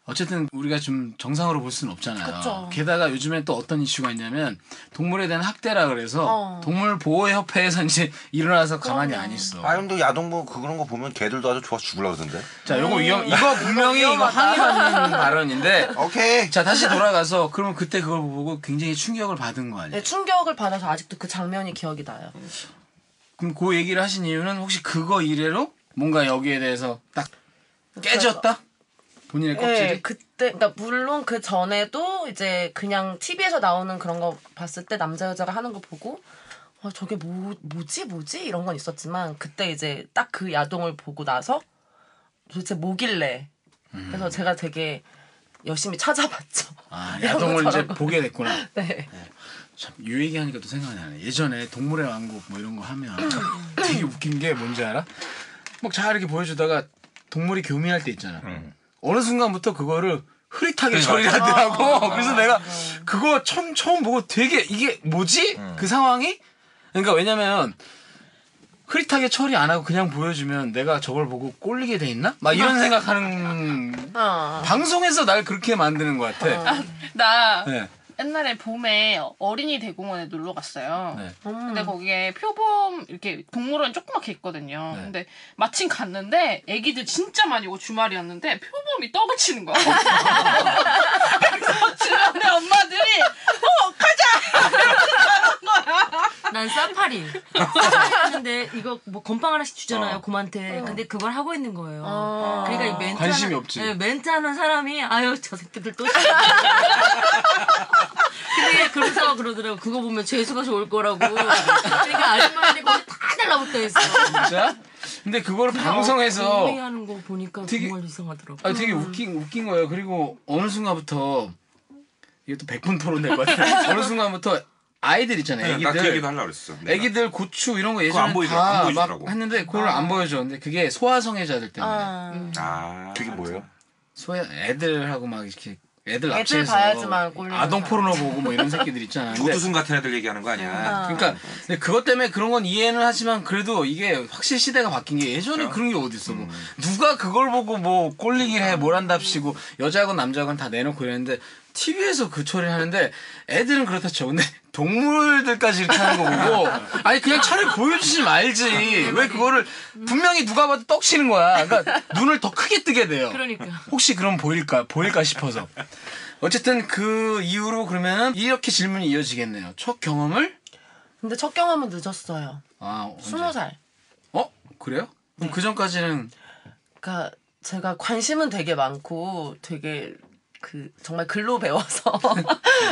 Speaker 1: 어쨌든 우리가 좀 정상으로 볼 수는 없잖아요.
Speaker 5: 그쵸.
Speaker 1: 게다가 요즘에 또 어떤 이슈가 있냐면 동물에 대한 학대라 그래서
Speaker 5: 어.
Speaker 1: 동물 보호 협회에서 이제 일어나서 가만히 안 있어.
Speaker 2: 아, 근데 야동보 그 그런 거 보면 개들도 아주 좋아서 죽으려고 그러던데.
Speaker 1: 자, 요거
Speaker 5: 음.
Speaker 1: 위험 이거 분명히 이거 항의받는 발언인데
Speaker 2: 오케이.
Speaker 1: 자, 다시 돌아가서 그러면 그때 그걸 보고 굉장히 충격을 받은 거 아니에요?
Speaker 5: 네, 충격을 받아서 아직도 그 장면이 기억이 나요
Speaker 1: 음, 그럼 그 얘기를 하신 이유는 혹시 그거 이래로 뭔가 여기에 대해서 딱 깨졌다? 본인의 껍질이?
Speaker 5: 그렇죠. 네, 그때 그러니까 물론 그 전에도 이제 그냥 TV에서 나오는 그런 거 봤을 때 남자 여자가 하는 거 보고 어, 저게 뭐 뭐지 뭐지 이런 건 있었지만 그때 이제 딱 그 야동을 보고 나서 도대체 뭐길래
Speaker 1: 음.
Speaker 5: 그래서 제가 되게 열심히 찾아봤죠.
Speaker 1: 아,
Speaker 5: 이런
Speaker 1: 야동을
Speaker 5: 거
Speaker 1: 이제
Speaker 5: 저런 거.
Speaker 1: 보게 됐구나.
Speaker 5: 네.
Speaker 1: 참 이 얘기하니까 또 생각이 나네. 예전에 동물의 왕국 뭐 이런 거 하면 되게 웃긴 게 뭔지 알아? 막 잘 이렇게 보여주다가 동물이 교미할 때 있잖아. 어느 순간부터 그거를 흐릿하게 처리를 하더라고. 그래서 내가 그거 처음, 처음 보고 되게 이게 뭐지? 그 상황이? 그러니까 왜냐면 흐릿하게 처리 안 하고 그냥 보여주면 내가 저걸 보고 꼴리게 돼 있나? 막 이런 생각하는
Speaker 5: 아.
Speaker 1: 방송에서 날 그렇게 만드는 것 같아.
Speaker 3: 나
Speaker 1: 네.
Speaker 3: 옛날에 봄에 어린이 대공원에 놀러 갔어요.
Speaker 1: 네.
Speaker 3: 근데
Speaker 5: 음.
Speaker 3: 거기에 표범 이렇게 동물원 조그맣게 있거든요.
Speaker 1: 네.
Speaker 3: 근데 마침 갔는데 애기들 진짜 많이 오고 주말이었는데 표범이 떡을 치는 거야. 그래서 주변에 엄마들이 어 가자
Speaker 8: 난 사파리. 했는데 이거 뭐 건빵 하나씩 주잖아요
Speaker 4: 어.
Speaker 8: 곰한테. 근데 그걸 하고 있는 거예요.
Speaker 5: 아.
Speaker 8: 그러니까 이 멘트
Speaker 1: 관심이
Speaker 8: 하는,
Speaker 1: 없지.
Speaker 8: 네, 멘트 하는 사람이 아유 저 새끼들 또. 시작이네. 근데 그러다가 그러더라고. 그거 보면 재수가 좋을 거라고. 그러니까 아줌마들이 거기 다 달라붙어 있어.
Speaker 1: 진짜? 근데 그거를 방송에서
Speaker 8: 공부하는 거 보니까
Speaker 1: 되게-
Speaker 8: 정말 이상하더라고.
Speaker 1: 아 되게 웃긴 웃긴 거예요. 그리고 어느 순간부터 이게 또 100분 토론 될것 같아요. 어느 순간부터 아이들 있잖아요.
Speaker 2: 네,
Speaker 4: 나 그 얘기도
Speaker 1: 애기들
Speaker 4: 하려고 그랬어. 내가.
Speaker 1: 애기들 고추 이런 거
Speaker 4: 안
Speaker 1: 예전에
Speaker 4: 보이더라- 안 보여주더라고.
Speaker 1: 다막 했는데 그걸 안 보여줬는데 그게 소아성애자들 때문에
Speaker 8: 음.
Speaker 4: 아.
Speaker 2: 그게 뭐예요?
Speaker 1: 소아 애들하고 막 이렇게 애들
Speaker 5: 애들
Speaker 1: 납치해서
Speaker 5: 봐야지만 꼴리는
Speaker 1: 아동
Speaker 5: 거야.
Speaker 1: 포르노 보고 뭐 이런 새끼들 있잖아. 근데
Speaker 4: 조두순 같은 애들 얘기하는 거 아니야.
Speaker 1: 그러니까 근데 그것 때문에 그런 건 이해는 하지만 그래도 이게 확실히 시대가 바뀐 게
Speaker 8: 그렇죠.
Speaker 1: 예전에 그런 게 어디 있어
Speaker 8: 음.
Speaker 1: 뭐 누가 그걸 보고 뭐 꼴리기를 해 뭘 한답시고 여자건 남자건 다 내놓고 이랬는데 TV에서 그 처리를 하는데 애들은 그렇다 쳐 근데 동물들까지 이렇게 하는 거 보고 아니 그냥 차라리 보여주지 말지 왜 그거를 분명히 누가 봐도 떡 치는 거야 그러니까 눈을 더 크게 뜨게 돼요
Speaker 8: 그러니까.
Speaker 1: 혹시 그럼 보일까 보일까 싶어서 어쨌든 그 이후로 그러면 이렇게 질문이 이어지겠네요 첫 경험을
Speaker 5: 근데 첫 경험은 늦었어요.
Speaker 1: 아, 언제?
Speaker 5: 스무 살.
Speaker 1: 어? 그래요?
Speaker 5: 네.
Speaker 1: 그럼 그 전까지는
Speaker 5: 그러니까 제가 관심은 되게 많고 되게 그 정말 글로 배워서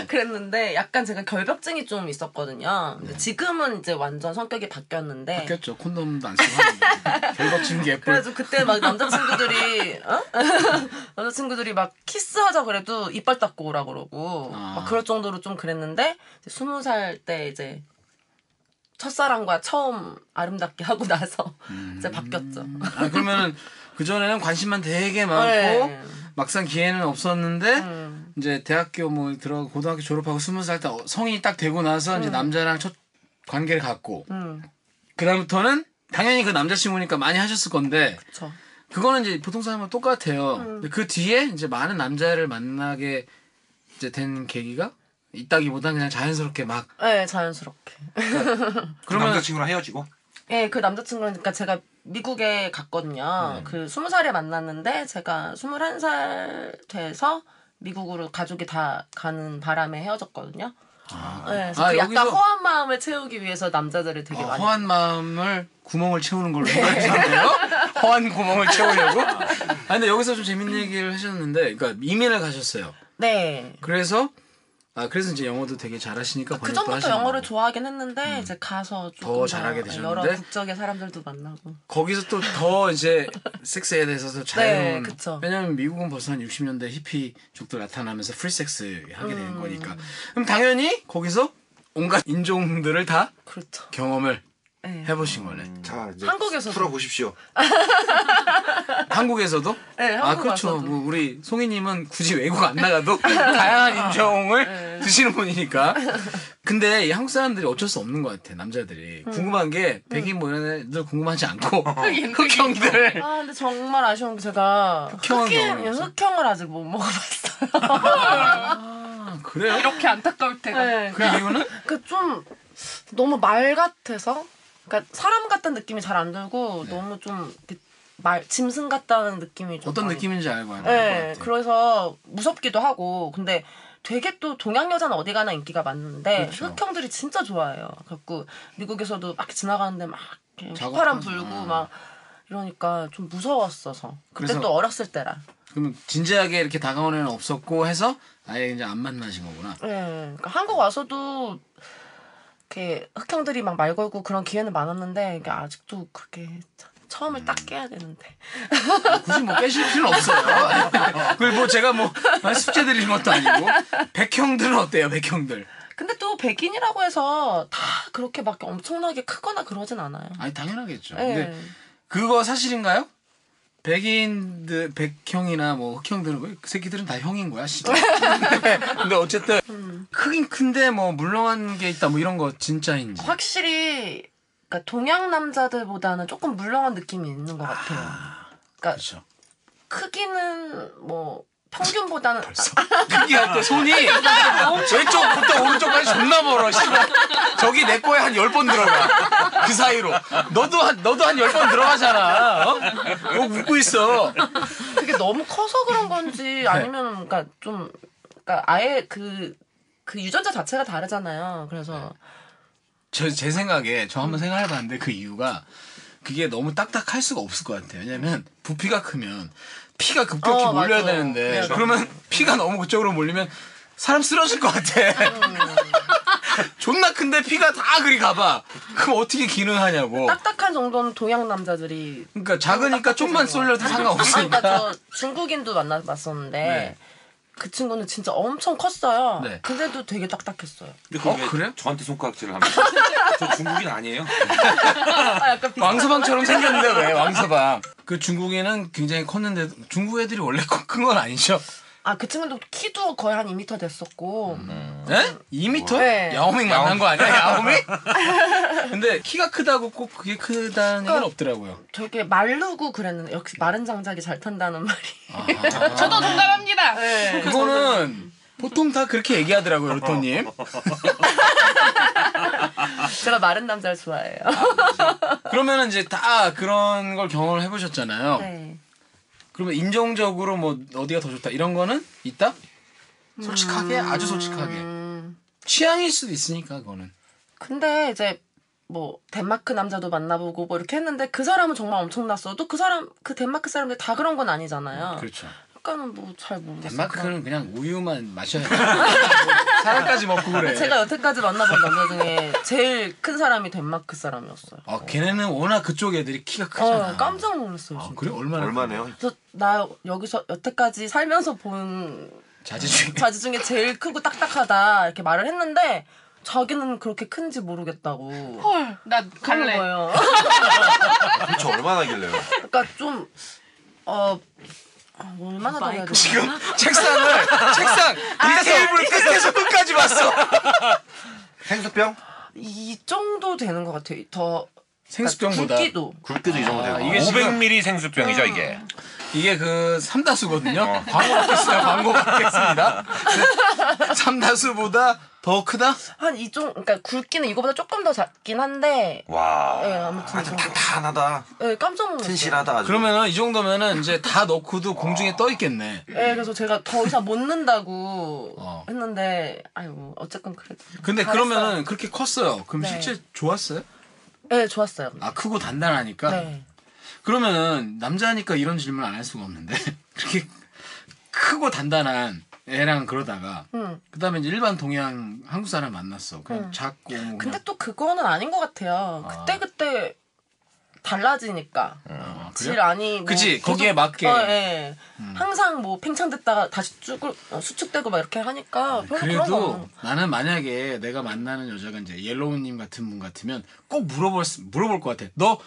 Speaker 5: 그랬는데 약간 제가 결벽증이 좀 있었거든요. 근데 지금은 이제 완전 성격이 네. 바뀌었는데
Speaker 1: 바뀌었죠. 콘돔도 안 쓰고 하는데. 결박친 게 예뻐.
Speaker 5: 네. 그래서 그때 막 남자친구들이 어? 남자친구들이 막 키스하자 그래도 이빨 닦고 오라 그러고
Speaker 1: 아.
Speaker 5: 막 그럴 정도로 좀 그랬는데 이제 스무 살 때 이제 첫사랑과 처음 아름답게 하고 나서 이제 바뀌었죠.
Speaker 1: 아, 그러면은 그 전에는 관심만 되게 많고
Speaker 5: 네.
Speaker 1: 막상 기회는 없었는데
Speaker 5: 음.
Speaker 1: 이제 대학교 뭐 들어 고등학교 졸업하고 스무 살 때 성인이 딱 되고 나서 이제 남자랑 첫 관계를 갖고
Speaker 5: 음,
Speaker 1: 그 다음부터는 당연히 그 남자친구니까 많이 하셨을 건데
Speaker 5: 그쵸.
Speaker 1: 그거는 이제 보통 사람은 똑같아요.
Speaker 5: 음.
Speaker 1: 근데 그 뒤에 이제 많은 남자를 만나게 이제 된 계기가 있다기보다 그냥 예, 자연스럽게 막
Speaker 5: 네, 자연스럽게.
Speaker 4: 그 남자친구랑 헤어지고.
Speaker 5: 예, 그 남자친구니까 제가 미국에 갔거든요.
Speaker 1: 네.
Speaker 5: 그 스무 살에 만났는데 제가 스물한 살 돼서 미국으로 가족이 다 가는 바람에 헤어졌거든요. 네, 그래서
Speaker 1: 아,
Speaker 5: 그 약간
Speaker 1: 여기서-
Speaker 5: 허한 마음을 채우기 위해서 남자들을 되게
Speaker 1: 어,
Speaker 5: 많이
Speaker 1: 허한 마음을 구멍을 채우는 걸로 해요. 허한 구멍을 채우려고.
Speaker 5: 네.
Speaker 1: 아 근데 여기서 좀 재밌는 얘기를 하셨는데, 그러니까 이민을 가셨어요.
Speaker 5: 네.
Speaker 1: 그래서 아 그래서 이제 영어도 되게 잘하시니까
Speaker 5: 그
Speaker 1: 번역도
Speaker 5: 전부터
Speaker 1: 하시는
Speaker 5: 영어를
Speaker 1: 거고.
Speaker 5: 좋아하긴 했는데 이제 가서 조금
Speaker 1: 잘하게 되셨는데?
Speaker 5: 여러 국적의 사람들도 만나고
Speaker 1: 거기서 또 더 이제 섹스에 대해서도 잘
Speaker 5: 네, 그쵸.
Speaker 1: 왜냐면 미국은 벌써 한 60년대 히피 쪽도 나타나면서 프리 섹스 하게
Speaker 5: 음.
Speaker 1: 되는 거니까. 그럼 당연히 거기서 온갖 인종들을 다
Speaker 5: 그렇죠.
Speaker 1: 경험을
Speaker 5: 네.
Speaker 1: 해보신 거네.
Speaker 2: 자 이제
Speaker 5: 한국에서도.
Speaker 2: 풀어보십시오.
Speaker 1: 한국에서도?
Speaker 5: 네,
Speaker 1: 아
Speaker 5: 한국
Speaker 1: 그렇죠.
Speaker 5: 와서도.
Speaker 1: 뭐 우리 송이님은 굳이 외국 안 나가도 그 다양한 인종을
Speaker 5: 네.
Speaker 1: 드시는 분이니까. 근데 이 한국 사람들이 어쩔 수 없는 것 같아.
Speaker 5: 음.
Speaker 1: 남자들이 궁금한 게 백인 뭐 이런 애들 궁금하지 않고 흑형들.
Speaker 5: 아 근데 정말 아쉬운 게 제가
Speaker 1: 흑형은
Speaker 5: 흑인-
Speaker 1: 경험이 없어.
Speaker 5: 흑형을 아직 못 먹어봤어요.
Speaker 1: 아, 그래요?
Speaker 3: 이렇게 안타까울 때가
Speaker 5: 네.
Speaker 1: 그 이유는
Speaker 5: 그 좀 너무 말 같아서 그러니까 사람 같다는 느낌이 잘 안 들고
Speaker 1: 네.
Speaker 5: 너무 좀 이렇게 말 짐승 같다는 느낌이 좀
Speaker 1: 어떤
Speaker 5: 많이-
Speaker 1: 느낌인지 알고 하는
Speaker 5: 아. 네,
Speaker 1: 것 같아.
Speaker 5: 그래서 무섭기도 하고 근데 되게 또 동양 여자는 어디 가나 인기가 많은데
Speaker 1: 그렇죠.
Speaker 5: 흑형들이 진짜 좋아해요. 그래갖고 미국에서도 막 지나가는데 막 이렇게
Speaker 1: 작업하는-
Speaker 5: 바람 불고
Speaker 1: 아.
Speaker 5: 막 이러니까 좀 무서웠어서 그때
Speaker 1: 그래서-
Speaker 5: 또 어렸을 때라.
Speaker 1: 그럼 진지하게 이렇게 다가오는 애는 없었고 해서 아예 이제 안 만나신 거구나.
Speaker 5: 예, 그러니까 한국 와서도 이렇게 흑형들이 막 말 걸고 그런 기회는 많았는데 이게 아직도 그렇게 참- 처음을 딱 깨야 되는데
Speaker 1: 굳이 뭐 빼실 필요는 없어요. 그리고 뭐 제가 뭐 숙제 드리는 것도 아니고 백형들은 어때요? 백형들.
Speaker 5: 근데 또 백인이라고 해서 다 그렇게 막 엄청나게 크거나 그러진 않아요.
Speaker 1: 아니 당연하겠죠.
Speaker 5: 예.
Speaker 1: 근데 그거 사실인가요? 백인들, 백형이나 뭐 흑형들은 뭐그 새끼들은 다 형인 거야, 씨발. 근데, 근데 어쨌든 크긴 큰데 뭐 물렁한 게 있다 뭐 이런 거 진짜인지.
Speaker 5: 확실히 그러니까 동양 남자들보다는 조금 물렁한 느낌이 있는 것 같아요. 그러니까
Speaker 1: 그렇죠.
Speaker 5: 크기는 뭐 평균보다는
Speaker 1: 크기 할 때 손이 왼쪽 시간이 존나 멀어. 씨발. 저기 내 거에 한 열 번 들어가. 그 사이로. 너도 한 너도 한 열 번 들어가잖아. 어? 뭐 웃고 있어.
Speaker 5: 아, 그게 너무 커서 그런
Speaker 1: 네.
Speaker 5: 건지 아니면 그러니까 좀 그러니까 아예 그 그 유전자 자체가 다르잖아요. 그래서
Speaker 1: 네. 저 제 생각에 저
Speaker 5: 음.
Speaker 1: 한번 생각해 봤는데 그 이유가 그게 너무 딱딱할 수가 없을 것 같아요. 왜냐면 부피가 크면 피가 급격히
Speaker 5: 어,
Speaker 1: 몰려야
Speaker 5: 맞아요.
Speaker 1: 되는데
Speaker 5: 네.
Speaker 1: 그러면 피가 너무 그쪽으로 몰리면 사람 쓰러질 것 같아. 존나 큰데 피가 다 그리 가봐. 그럼 어떻게 기능하냐고.
Speaker 5: 딱딱한 정도는 동양 남자들이
Speaker 1: 그러니까 작으니까 좀만 쏠려도
Speaker 5: 아니, 그러니까
Speaker 1: 상관없으니까.
Speaker 5: 저 중국인도 만나봤었는데
Speaker 1: 네.
Speaker 5: 그 친구는 진짜 엄청 컸어요.
Speaker 1: 네.
Speaker 5: 근데도 되게 딱딱했어요.
Speaker 4: 근데 그게
Speaker 1: 어,
Speaker 4: 왜
Speaker 1: 그래요?
Speaker 4: 저한테 손가락질을 합니다. 저 중국인 아니에요.
Speaker 5: 아,
Speaker 1: 왕서방처럼 생겼는데 왜 왕서방? 그 중국에는 굉장히 컸는데 중국 애들이 원래 큰 건 아니죠?
Speaker 5: 아 그 친구도 키도 거의 한 2m 됐었고
Speaker 1: 음, 에? 2m?
Speaker 5: 네.
Speaker 1: 야오밍 만난 거 아니야? 야오밍? 근데 키가 크다고 꼭 그게 크다는 건 없더라고요.
Speaker 5: 되게 마르고 그랬는데 역시 마른 장작이 잘 탄다는 말이
Speaker 1: 아,
Speaker 3: 저도
Speaker 1: 네.
Speaker 3: 동감합니다.
Speaker 8: 네.
Speaker 1: 그거는 보통 다 그렇게 얘기하더라고요, 로또님.
Speaker 5: 제가 마른 남자를 좋아해요.
Speaker 1: 그러면 이제 다 그런 걸 경험을 해보셨잖아요.
Speaker 5: 네.
Speaker 1: 그러면 인종적으로 뭐 어디가 더 좋다 이런 거는 있다? 솔직하게 아주 솔직하게
Speaker 5: 음,
Speaker 1: 취향일 수도 있으니까 그거는
Speaker 5: 근데 이제 뭐 덴마크 남자도 만나보고 뭐 이렇게 했는데 그 사람은 정말 엄청났어도 그 사람 그 덴마크 사람들 다 그런 건 아니잖아요.
Speaker 1: 그렇죠.
Speaker 5: 약간은 뭐 잘 모르겠어요.
Speaker 1: 덴마크는 그냥 우유만 마셔야 돼. 사람까지 먹고 그래.
Speaker 5: 제가 여태까지 만나본 남자 중에 제일 큰 사람이 덴마크 사람이었어요.
Speaker 1: 아 걔네는 워낙 그쪽 애들이 키가 크잖아.
Speaker 5: 어, 깜짝 놀랐어요.
Speaker 1: 아,
Speaker 5: 진짜.
Speaker 1: 그래 얼마나?
Speaker 2: 얼마네요?
Speaker 5: 그래서 나 여기서 여태까지 살면서 본
Speaker 1: 자제주의.
Speaker 5: 자지 중에 제일 크고 딱딱하다 이렇게 말을 했는데 자기는 그렇게 큰지 모르겠다고
Speaker 3: 헐, 나
Speaker 5: 하는
Speaker 3: 갈래.
Speaker 5: 거예요.
Speaker 2: 도대체 얼마나 길래요?
Speaker 5: 그러니까 좀 어. 아, 얼마나 더 해야 되지?
Speaker 1: 지금 책상을 책상 네가 테이블 끝에서 끝까지 봤어.
Speaker 2: 생수병?
Speaker 5: 이 정도 되는 것 같아요. 더 그러니까
Speaker 1: 생수병보다
Speaker 5: 굵기도
Speaker 2: 굵기도 아, 이 정도 되고.
Speaker 1: 이게 지금-
Speaker 4: 500ml 생수병이죠 이게.
Speaker 1: 이게 그 삼다수거든요. 광고 받겠어요. 광고 받겠습니다. 3다수보다 더 크다?
Speaker 5: 한 이 정, 그러니까 굵기는 이거보다 조금 더 작긴 한데,
Speaker 4: 와.
Speaker 5: 예 아무튼 이
Speaker 2: 아주
Speaker 5: 정도.
Speaker 2: 탄탄하다.
Speaker 5: 예, 깜짝 놀랐어요.
Speaker 2: 튼실하다. 아주.
Speaker 1: 그러면은 이 정도면은 이제 다 넣고도 공중에 떠 있겠네.
Speaker 5: 예, 그래서 제가 더 이상 못 는다고
Speaker 1: 어.
Speaker 5: 했는데, 아유, 어쨌건 그래도.
Speaker 1: 근데
Speaker 5: 잘했어요.
Speaker 1: 그러면은 그렇게 컸어요. 그럼
Speaker 5: 네.
Speaker 1: 실제 좋았어요?
Speaker 5: 예, 좋았어요.
Speaker 1: 아 그러니까. 크고 단단하니까.
Speaker 5: 네.
Speaker 1: 그러면은 남자니까 이런 질문 안 할 수가 없는데 그렇게 크고 단단한 애랑 그러다가
Speaker 5: 음.
Speaker 1: 그다음에 이제 일반 동양 한국 사람 만났어. 그냥 작고 뭐
Speaker 5: 근데
Speaker 1: 그냥
Speaker 5: 또 그거는 아닌 것 같아요. 그때그때 달라지니까.
Speaker 1: 아,
Speaker 5: 질
Speaker 1: 그래요?
Speaker 5: 아니. 뭐
Speaker 1: 그치,
Speaker 5: 계속-
Speaker 1: 거기에 맞게. 음.
Speaker 5: 어, 예. 항상 뭐 팽창됐다가 다시 쭈글, 어, 수축되고 막 이렇게 하니까 별로 어, 그런 거
Speaker 1: 그래도
Speaker 5: 없는
Speaker 1: 나는 만약에 내가 만나는 여자가 이제 옐로우님 같은 분 같으면 꼭 물어볼 수- 물어볼 것 같아. 너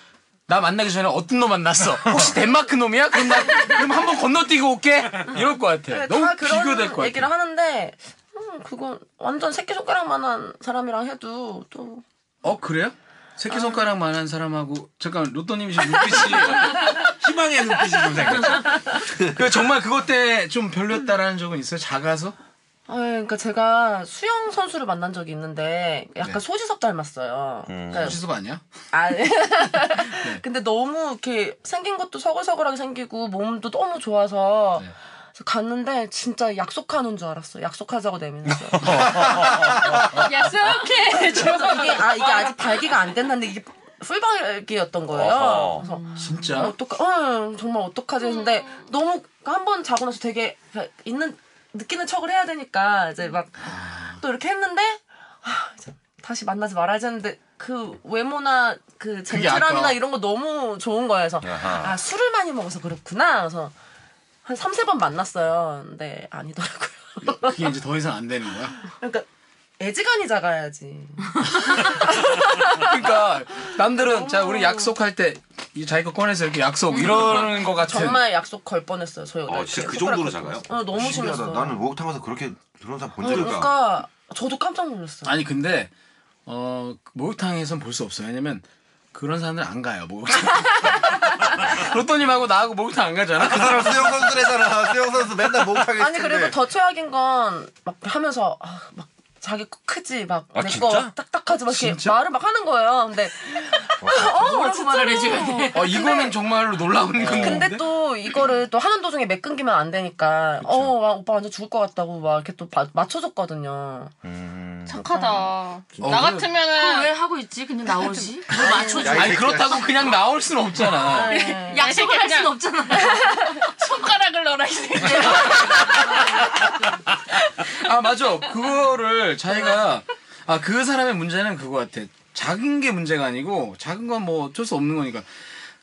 Speaker 1: 나 만나기 전에 어떤 놈 만났어? 혹시 덴마크 놈이야? 그럼 나 그럼 한번 건너뛰고 올게. 이럴 것 같아.
Speaker 5: 네,
Speaker 1: 너무
Speaker 5: 다 그런
Speaker 1: 비교될 것
Speaker 5: 얘기를
Speaker 1: 같아.
Speaker 5: 하는데 음, 그건 완전 새끼손가락만한 사람이랑 해도 또
Speaker 1: 어 그래요? 새끼
Speaker 5: 아.
Speaker 1: 손가락만한 사람하고 잠깐 로또님이 지금 눈빛이
Speaker 4: 희망의 눈빛이 좀 생겼죠.
Speaker 1: 그 정말 그것 때문에 좀 별로였다라는 적은 있어요? 작아서?
Speaker 5: 아, 예, 그러니까 제가 수영 선수를 만난 적이 있는데 약간
Speaker 1: 네.
Speaker 5: 소지섭 닮았어요. 그러니까
Speaker 1: 소지섭 아니야?
Speaker 5: 아, 근데 너무 이렇게 생긴 것도 서글서글하게 생기고 몸도 너무 좋아서
Speaker 1: 네.
Speaker 5: 그래서 갔는데 진짜 약속하는 줄 알았어. 약속하자고 내밀었어.
Speaker 8: 아.
Speaker 3: 약속해.
Speaker 5: 그래서 이게 아 이게 아직 발기가 안 됐는데 이게 풀발기였던 거예요.
Speaker 4: 어허.
Speaker 5: 그래서
Speaker 1: 진짜?
Speaker 5: 어떡하, 어, 정말 어떡하지 했는데 너무 한 번 자고 나서 되게 있는 느끼는 척을 해야 되니까 이제 막 또
Speaker 1: 아.
Speaker 5: 이렇게 했는데 아, 이제 다시 만나지 말아야지 했는데 그 외모나 그
Speaker 1: 그게
Speaker 5: 젠틀함이나
Speaker 1: 아까워.
Speaker 5: 이런 거 너무 좋은 거예요. 그래서
Speaker 4: 아하.
Speaker 5: 아 술을 많이 먹어서 그렇구나. 그래서 한 3, 4번 만났어요. 근데 아니더라고요.
Speaker 1: 그게 이제 더 이상 안 되는 거야?
Speaker 5: 그러니까
Speaker 1: 예.
Speaker 5: 애지간히 작아야지.
Speaker 1: 그러니까 남들은 자 우리 약속할 때이 자기 거 꺼내서 이렇게 약속 이러는 거 같은
Speaker 5: 정말 약속 걸 뻔했어요. 저 여자.
Speaker 4: 어, 아, 진짜 그 정도로 작아요?
Speaker 5: 어, 너무
Speaker 2: 신기하다.
Speaker 5: 심했어요.
Speaker 2: 나는 목욕탕 가서 그렇게 그런 사람 본 적이 없어.
Speaker 5: 그러니까 저도 깜짝 놀랐어요.
Speaker 1: 아니 근데 어 목욕탕에선 볼 수 없어요 왜냐면 그런 사람들 안 가요 목욕탕 로또님하고 나하고 목욕탕 안
Speaker 5: 어,
Speaker 1: 가잖아
Speaker 2: 그 사람 수영 선수래잖아. 수영 선수 맨날 목욕탕에
Speaker 5: 아니 그리고 더 최악인 건 막 하면서 아, 막 자기 코 크지 막
Speaker 4: 아,
Speaker 5: 내
Speaker 4: 진짜?
Speaker 5: 거 딱딱하지 막 이렇게 말을 막 하는 거예요. 근데 어,
Speaker 8: 뭐라고 말을 해줘야 돼.
Speaker 1: 어, 이거는 정말로 놀라운 건데.
Speaker 5: 근데 또 이거를 또 하는 도중에 매 끊기면 안 되니까 어, 막 오빠 완전 죽을 것 같다고 막 이렇게 또 마- 맞춰줬거든요.
Speaker 3: 착하다.
Speaker 1: 어,
Speaker 3: 나
Speaker 1: 그래.
Speaker 8: 그걸 아, 왜
Speaker 3: 같으면은
Speaker 8: 하고 있지? 그냥
Speaker 5: 아,
Speaker 8: 나오지?
Speaker 5: 뭐
Speaker 8: 그걸 맞춰줘.
Speaker 1: 아니 그렇다고 그냥 나올 순 없잖아.
Speaker 8: 약속을 할 순
Speaker 3: 그냥-
Speaker 8: 없잖아.
Speaker 3: 손가락을 넣어라 이 새끼.
Speaker 1: 아 맞아. 그거를 자기가 아 그 사람의 문제는 그거 같아. 작은 게 문제가 아니고 작은 건 뭐 어쩔 수 없는 거니까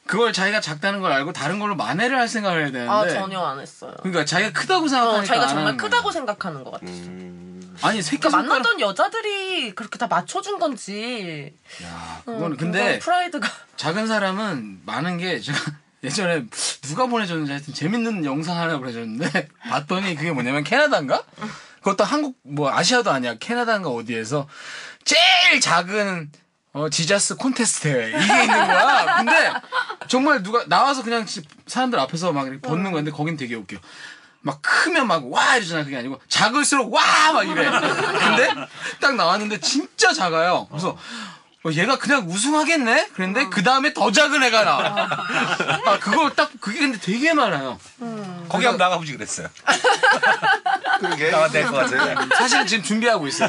Speaker 1: 그걸 자기가 작다는 걸 알고 다른 걸로 만회를 할 생각을 해야 되는데.
Speaker 5: 아 전혀 안 했어요.
Speaker 1: 그러니까 자기가 크다고
Speaker 5: 어,
Speaker 1: 생각하니까
Speaker 5: 자기가
Speaker 1: 안
Speaker 4: 그러니까.
Speaker 5: 정말
Speaker 1: 하는 거야.
Speaker 5: 크다고 생각하는 것 같아요.
Speaker 4: 음.
Speaker 1: 아니 새끼
Speaker 5: 그러니까
Speaker 1: 손가락.
Speaker 5: 만났던 여자들이 그렇게 다 맞춰준 건지.
Speaker 1: 야,
Speaker 5: 어,
Speaker 1: 그거는
Speaker 5: 굉장히
Speaker 1: 근데
Speaker 5: 프라이드가
Speaker 1: 작은 사람은 많은 게 제가 예전에 누가 보내줬는지 하여튼 재밌는 영상 하나 보내줬는데 봤더니 그게 뭐냐면 캐나다인가? 그것도 한국 뭐 아시아도 아니야 캐나다인가 어디에서 제일 작은 어 지자스 콘테스트 대회 이게 있는 거야. 근데 정말 누가 나와서 그냥 지- 사람들 앞에서 막 이렇게 벗는 건데 거긴 되게 웃겨. 막 크면 막 와 이러잖아 그게 아니고 작을수록 와 막 이래. 근데 딱 나왔는데 진짜 작아요. 그래서 어, 얘가 그냥 우승하겠네? 그런데 그 다음에 더 작은 애가 나와. 아, 그거 딱, 그게 근데 되게 많아요.
Speaker 4: 거기 한번 나가보지 그랬어요.
Speaker 2: 그게
Speaker 4: 나가도 될 것 같은데.
Speaker 1: 사실은 지금 준비하고 있어요.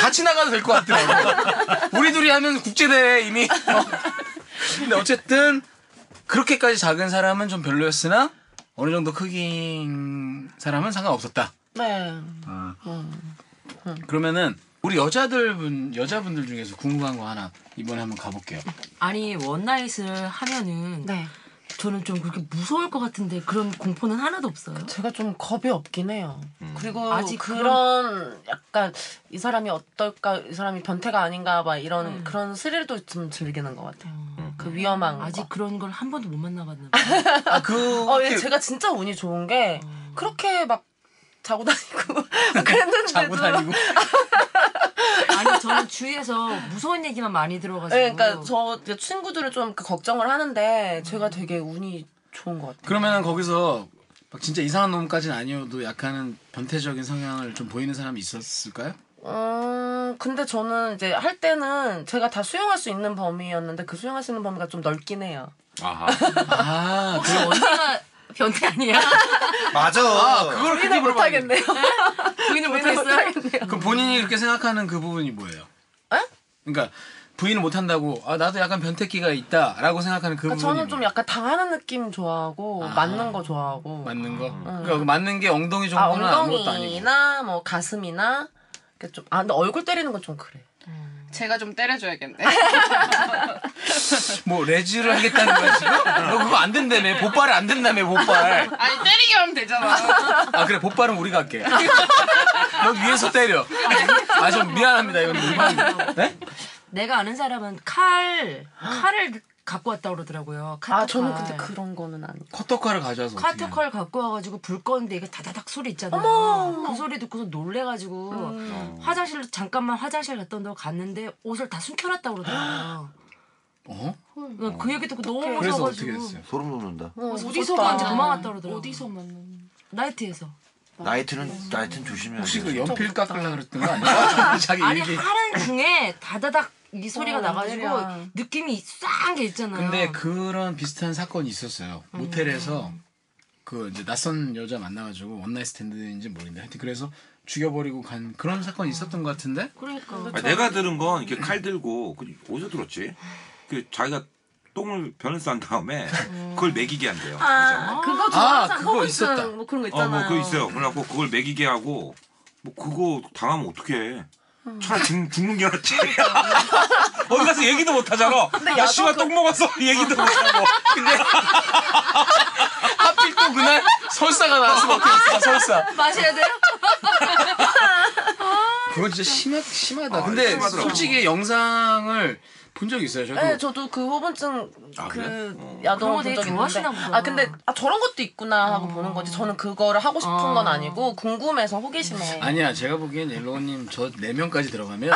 Speaker 1: 같이 나가도 될 것 같더라고요. 우리 둘이 하면 국제대회 이미. 어. 근데 어쨌든, 그렇게까지 작은 사람은 좀 별로였으나, 어느 정도 크기인 사람은 상관없었다.
Speaker 5: 네.
Speaker 1: 그러면은, 우리 여자들 분, 여자분들 중에서 궁금한 거 하나, 이번에 한번 가볼게요.
Speaker 8: 아니 원나잇을 하면은
Speaker 5: 네.
Speaker 8: 저는 좀 그렇게 무서울 것 같은데 그런 공포는 하나도 없어요.
Speaker 5: 그 제가 좀 겁이 없긴 해요.
Speaker 1: 음.
Speaker 5: 그리고
Speaker 8: 아직
Speaker 5: 아직 그런 약간 이 사람이 어떨까, 이 사람이 변태가 아닌가 막 이런 그런 스릴도 좀 즐기는 것 같아요. 그 위험한
Speaker 8: 음. 아직
Speaker 5: 거.
Speaker 8: 그런 걸 한 번도 못 만나봤나
Speaker 1: 아, 그,
Speaker 5: 어, 예, 제가 진짜 운이 좋은 게 그렇게 막 자고 다니고
Speaker 1: 그러니까 자고
Speaker 5: 그랬는데도.
Speaker 1: 다니고.
Speaker 8: 아니 저는 주위에서 무서운 얘기만 많이 들어가지고
Speaker 5: 예, 그러니까 저 친구들을 좀그 걱정을 하는데 제가 되게 운이 좋은 것 같아요.
Speaker 1: 그러면은 거기서 막 진짜 이상한 놈까지는 아니어도 약간은 변태적인 성향을 좀 보이는 사람이 있었을까요?
Speaker 5: 음, 근데 저는 이제 할 때는 제가 다 수용할 수 있는 범위였는데 그 수용할 수 있는 범위가 좀 넓긴 해요.
Speaker 4: 아하.
Speaker 1: 아,
Speaker 8: 혹시 언니가 변태 아니야?
Speaker 2: 맞아.
Speaker 1: 그걸 그렇게
Speaker 5: 우리는
Speaker 1: 물어봐야 되는데.
Speaker 5: 못하겠네요. 우리는
Speaker 8: 부인을 못하겠어요?
Speaker 5: 못하겠네요. 그러니까
Speaker 1: 그럼 본인이 그렇게 생각하는 그 부분이 뭐예요?
Speaker 5: 에?
Speaker 1: 그러니까 부인을 못 한다고 아 나도 약간 변태기가 있다라고 생각하는 그 부분이
Speaker 5: 그러니까 저는 좀
Speaker 1: 뭐예요?
Speaker 5: 약간 당하는 느낌 좋아하고 맞는 거 좋아하고
Speaker 1: 맞는 거. 그러니까 그 맞는 게 엉덩이
Speaker 5: 음. 아
Speaker 1: 정도는 아, 무것도 아니고.
Speaker 5: 엉덩이나 뭐 가슴이나 이렇게 좀아 근데 얼굴 때리는 건 좀 그래.
Speaker 3: 제가 좀 때려줘야겠네.
Speaker 1: 뭐 레즈를 하겠다는 거야 지금? 너 그거 안 된다며. 보빨 안 된다며 보빨.
Speaker 3: 아니 때리게 하면 되잖아.
Speaker 1: 아 그래 보빨은 우리가 할게. 넌 위에서 때려. 아 좀 미안합니다 이건 일반. 네?
Speaker 8: 내가 아는 사람은 칼 칼을 갖고 왔다 그러더라고요.
Speaker 5: 아
Speaker 8: 카트
Speaker 5: 저는
Speaker 8: 칼.
Speaker 5: 근데 그런 거는 아니.
Speaker 1: 커터칼을 가져와서 어떻게 해요?
Speaker 8: 카트칼 갖고 와가지고 불 껐는데 이게 다다닥 소리 있잖아요. 그 소리 듣고서 놀래가지고
Speaker 1: 음.
Speaker 8: 화장실로 잠깐만 화장실 갔다 온다고 갔는데 옷을 다 숨겨놨다 그러더라고요.
Speaker 1: 어?
Speaker 8: 나그 얘기 듣고 너무
Speaker 1: 그래서 어떻게
Speaker 8: 무서워가지고
Speaker 1: 됐어요?
Speaker 2: 소름 돋는다.
Speaker 8: 어디서 봤는지 도망갔다 그러더라고요.
Speaker 3: 어디서 만났는?
Speaker 8: 나이트에서.
Speaker 2: 나이트는 나이트는 조심해야
Speaker 1: 혹시 그
Speaker 4: 네.
Speaker 2: 돼.
Speaker 1: 연필 깎으려 그랬던 거 아니야? 자기
Speaker 8: 아니
Speaker 1: 일기.
Speaker 8: 하는 중에 다다닥 이 소리가
Speaker 5: 어,
Speaker 8: 나가지고
Speaker 5: 웬일이야.
Speaker 8: 느낌이 싹한 게 있잖아요.
Speaker 1: 근데 그런 비슷한 사건이 있었어요. 모텔에서 그 이제 낯선 여자 만나가지고 원나잇 스탠드인지 모르겠는데 하여튼 그래서 죽여버리고 간 그런 사건이 있었던 것 같은데
Speaker 8: 그러니까
Speaker 4: 아, 내가 들은 건 이렇게 칼 들고 그 어디서 들었지? 그 자기가 똥을 변을 싼 다음에 그걸 먹이게 한대요. 여자가.
Speaker 5: 그거
Speaker 1: 아,
Speaker 5: 항상
Speaker 1: 그거
Speaker 5: 허브슨
Speaker 1: 있었다.
Speaker 5: 뭐 그런 거
Speaker 4: 어,
Speaker 5: 있잖아요.
Speaker 4: 뭐 그거 있어요. 그래갖고 그걸 먹이게 하고 뭐 그거 당하면 어떡해. 차라리 죽, 죽는 게 낫지. 어디 가서 얘기도 못 하잖아. 야, 씨발, 똥 먹었어. 얘기도 못 하고. 근데
Speaker 1: 하필 또 그날 설사가 나서 먹혔어 아, 설사.
Speaker 8: 마셔야 돼요?
Speaker 1: 그건 진짜 심하, 심하다.
Speaker 4: 아,
Speaker 1: 근데
Speaker 4: 심하더라고.
Speaker 1: 솔직히 영상을 본 적 있어요. 저도
Speaker 5: 네, 저도 그 호분증
Speaker 4: 아,
Speaker 5: 그
Speaker 4: 그래? 어.
Speaker 5: 야동
Speaker 8: 그런 거
Speaker 5: 본
Speaker 8: 되게
Speaker 5: 적이 있는데
Speaker 8: 좋아하시나 보다.
Speaker 5: 아 근데 아 저런 것도 있구나
Speaker 1: 어.
Speaker 5: 하고 보는 거지 저는 그거를 하고 싶은
Speaker 8: 어.
Speaker 5: 건 아니고 궁금해서 호기심에
Speaker 1: 아니야 제가 보기엔 옐로우님 저 4명까지 들어가면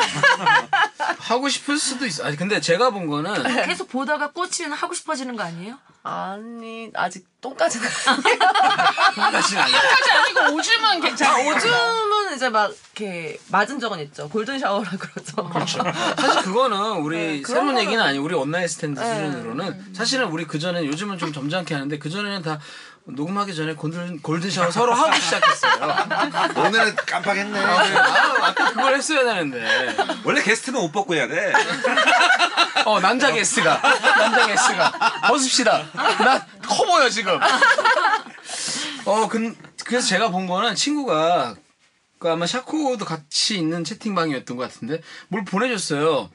Speaker 1: 하고 싶을 수도 있어 아니 근데 제가 본 거는
Speaker 8: 계속 보다가 꽂히면 하고 싶어지는 거 아니에요?
Speaker 5: 아니 아직 똥까지는
Speaker 1: 까지는 아니야
Speaker 3: 까지 아니고 오줌은 괜찮아.
Speaker 5: 요즘은 이제 막 이렇게 맞은 적은 있죠 골든 샤워라 그러죠
Speaker 1: 그렇죠. 사실 그거는 우리
Speaker 5: 네, 그런
Speaker 1: 새로운
Speaker 5: 거는-
Speaker 1: 얘기는 아니 우리 온라인 스탠드
Speaker 5: 네.
Speaker 1: 수준으로는 사실은 우리 그전엔 요즘은 좀 점잖게 하는데 그전에는 다 녹음하기 전에 골든, 골든 샤워 서로 하고 시작했어요
Speaker 2: 오늘은 깜빡했네.
Speaker 1: 아, 아까 그걸 했어야 되는데
Speaker 4: 원래 게스트는 옷 벗고 해야 돼.
Speaker 1: 어 남자 게스트가 남자 게스트가 벗읍시다 나 커 보여 지금 어 근, 그래서 제가 본 거는 친구가 그 아마 샤코도 같이 있는 채팅방이었던 것 같은데 뭘 보내줬어요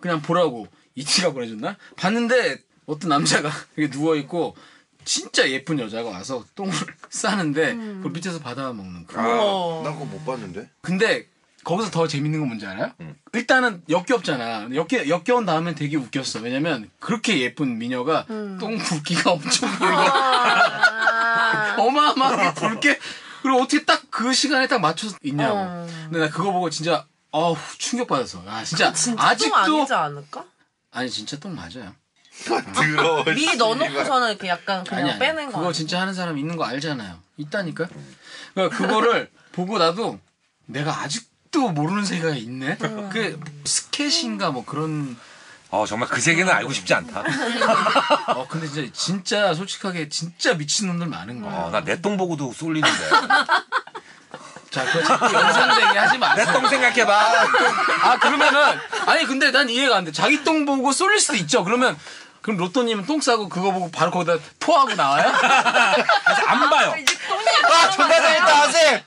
Speaker 1: 그냥 보라고 이치가 보내줬나 봤는데 어떤 남자가 이렇게 누워 있고 진짜 예쁜 여자가 와서 똥을 싸는데 그걸 밑에서 받아 먹는 거
Speaker 5: 어,
Speaker 2: 난 그거 못 봤는데.
Speaker 1: 근데 거기서 더 재밌는 건 뭔지 알아요? 일단은 역겹잖아. 역겨 역겨운 다음엔 되게 웃겼어. 왜냐면 그렇게 예쁜 미녀가
Speaker 5: 음.
Speaker 1: 똥 굵기가 엄청
Speaker 5: 아.
Speaker 1: 어마어마하게 굵게 그리고 어떻게 딱 그 시간에 딱 맞춰서 있냐고.
Speaker 5: 어.
Speaker 1: 근데 나 그거 보고 진짜 어우 충격 받았어. 아 진짜,
Speaker 5: 진짜 아직도
Speaker 1: 아직도
Speaker 5: 아니지 않을까?
Speaker 1: 아니 진짜 똥 맞아요.
Speaker 2: 더러워.
Speaker 5: 미리 넣어놓고서는 이렇게 약간 그냥
Speaker 1: 아니 아니
Speaker 5: 빼는 거
Speaker 1: 그거 진짜 하는 사람 있는 거 알잖아요. 있다니까. 그러니까 그거를 보고 나도 내가 아직도 모르는 세계가 있네.
Speaker 5: 그러니까.
Speaker 1: 그 스케치인가 뭐 그런.
Speaker 4: 어 정말 그 세계는 알고 싶지 않다.
Speaker 1: 어 근데 진짜 진짜 솔직하게 진짜 미친 놈들 많은 거야.
Speaker 4: 어, 나내 똥 보고도 쏠리는데.
Speaker 1: 자 그거 자꾸 연상되게 하지
Speaker 4: 내
Speaker 1: 마세요.
Speaker 4: 똥 생각해봐.
Speaker 1: 아 그러면은 아니 근데 난 이해가 안 돼. 자기 똥 보고 쏠릴 수도 있죠. 그러면 그럼 로또님은 똥 싸고 그거 보고 바로 거기다 토하고 나와요?
Speaker 4: 그래서 안 봐요.
Speaker 2: 아 존나 재밌다 아재.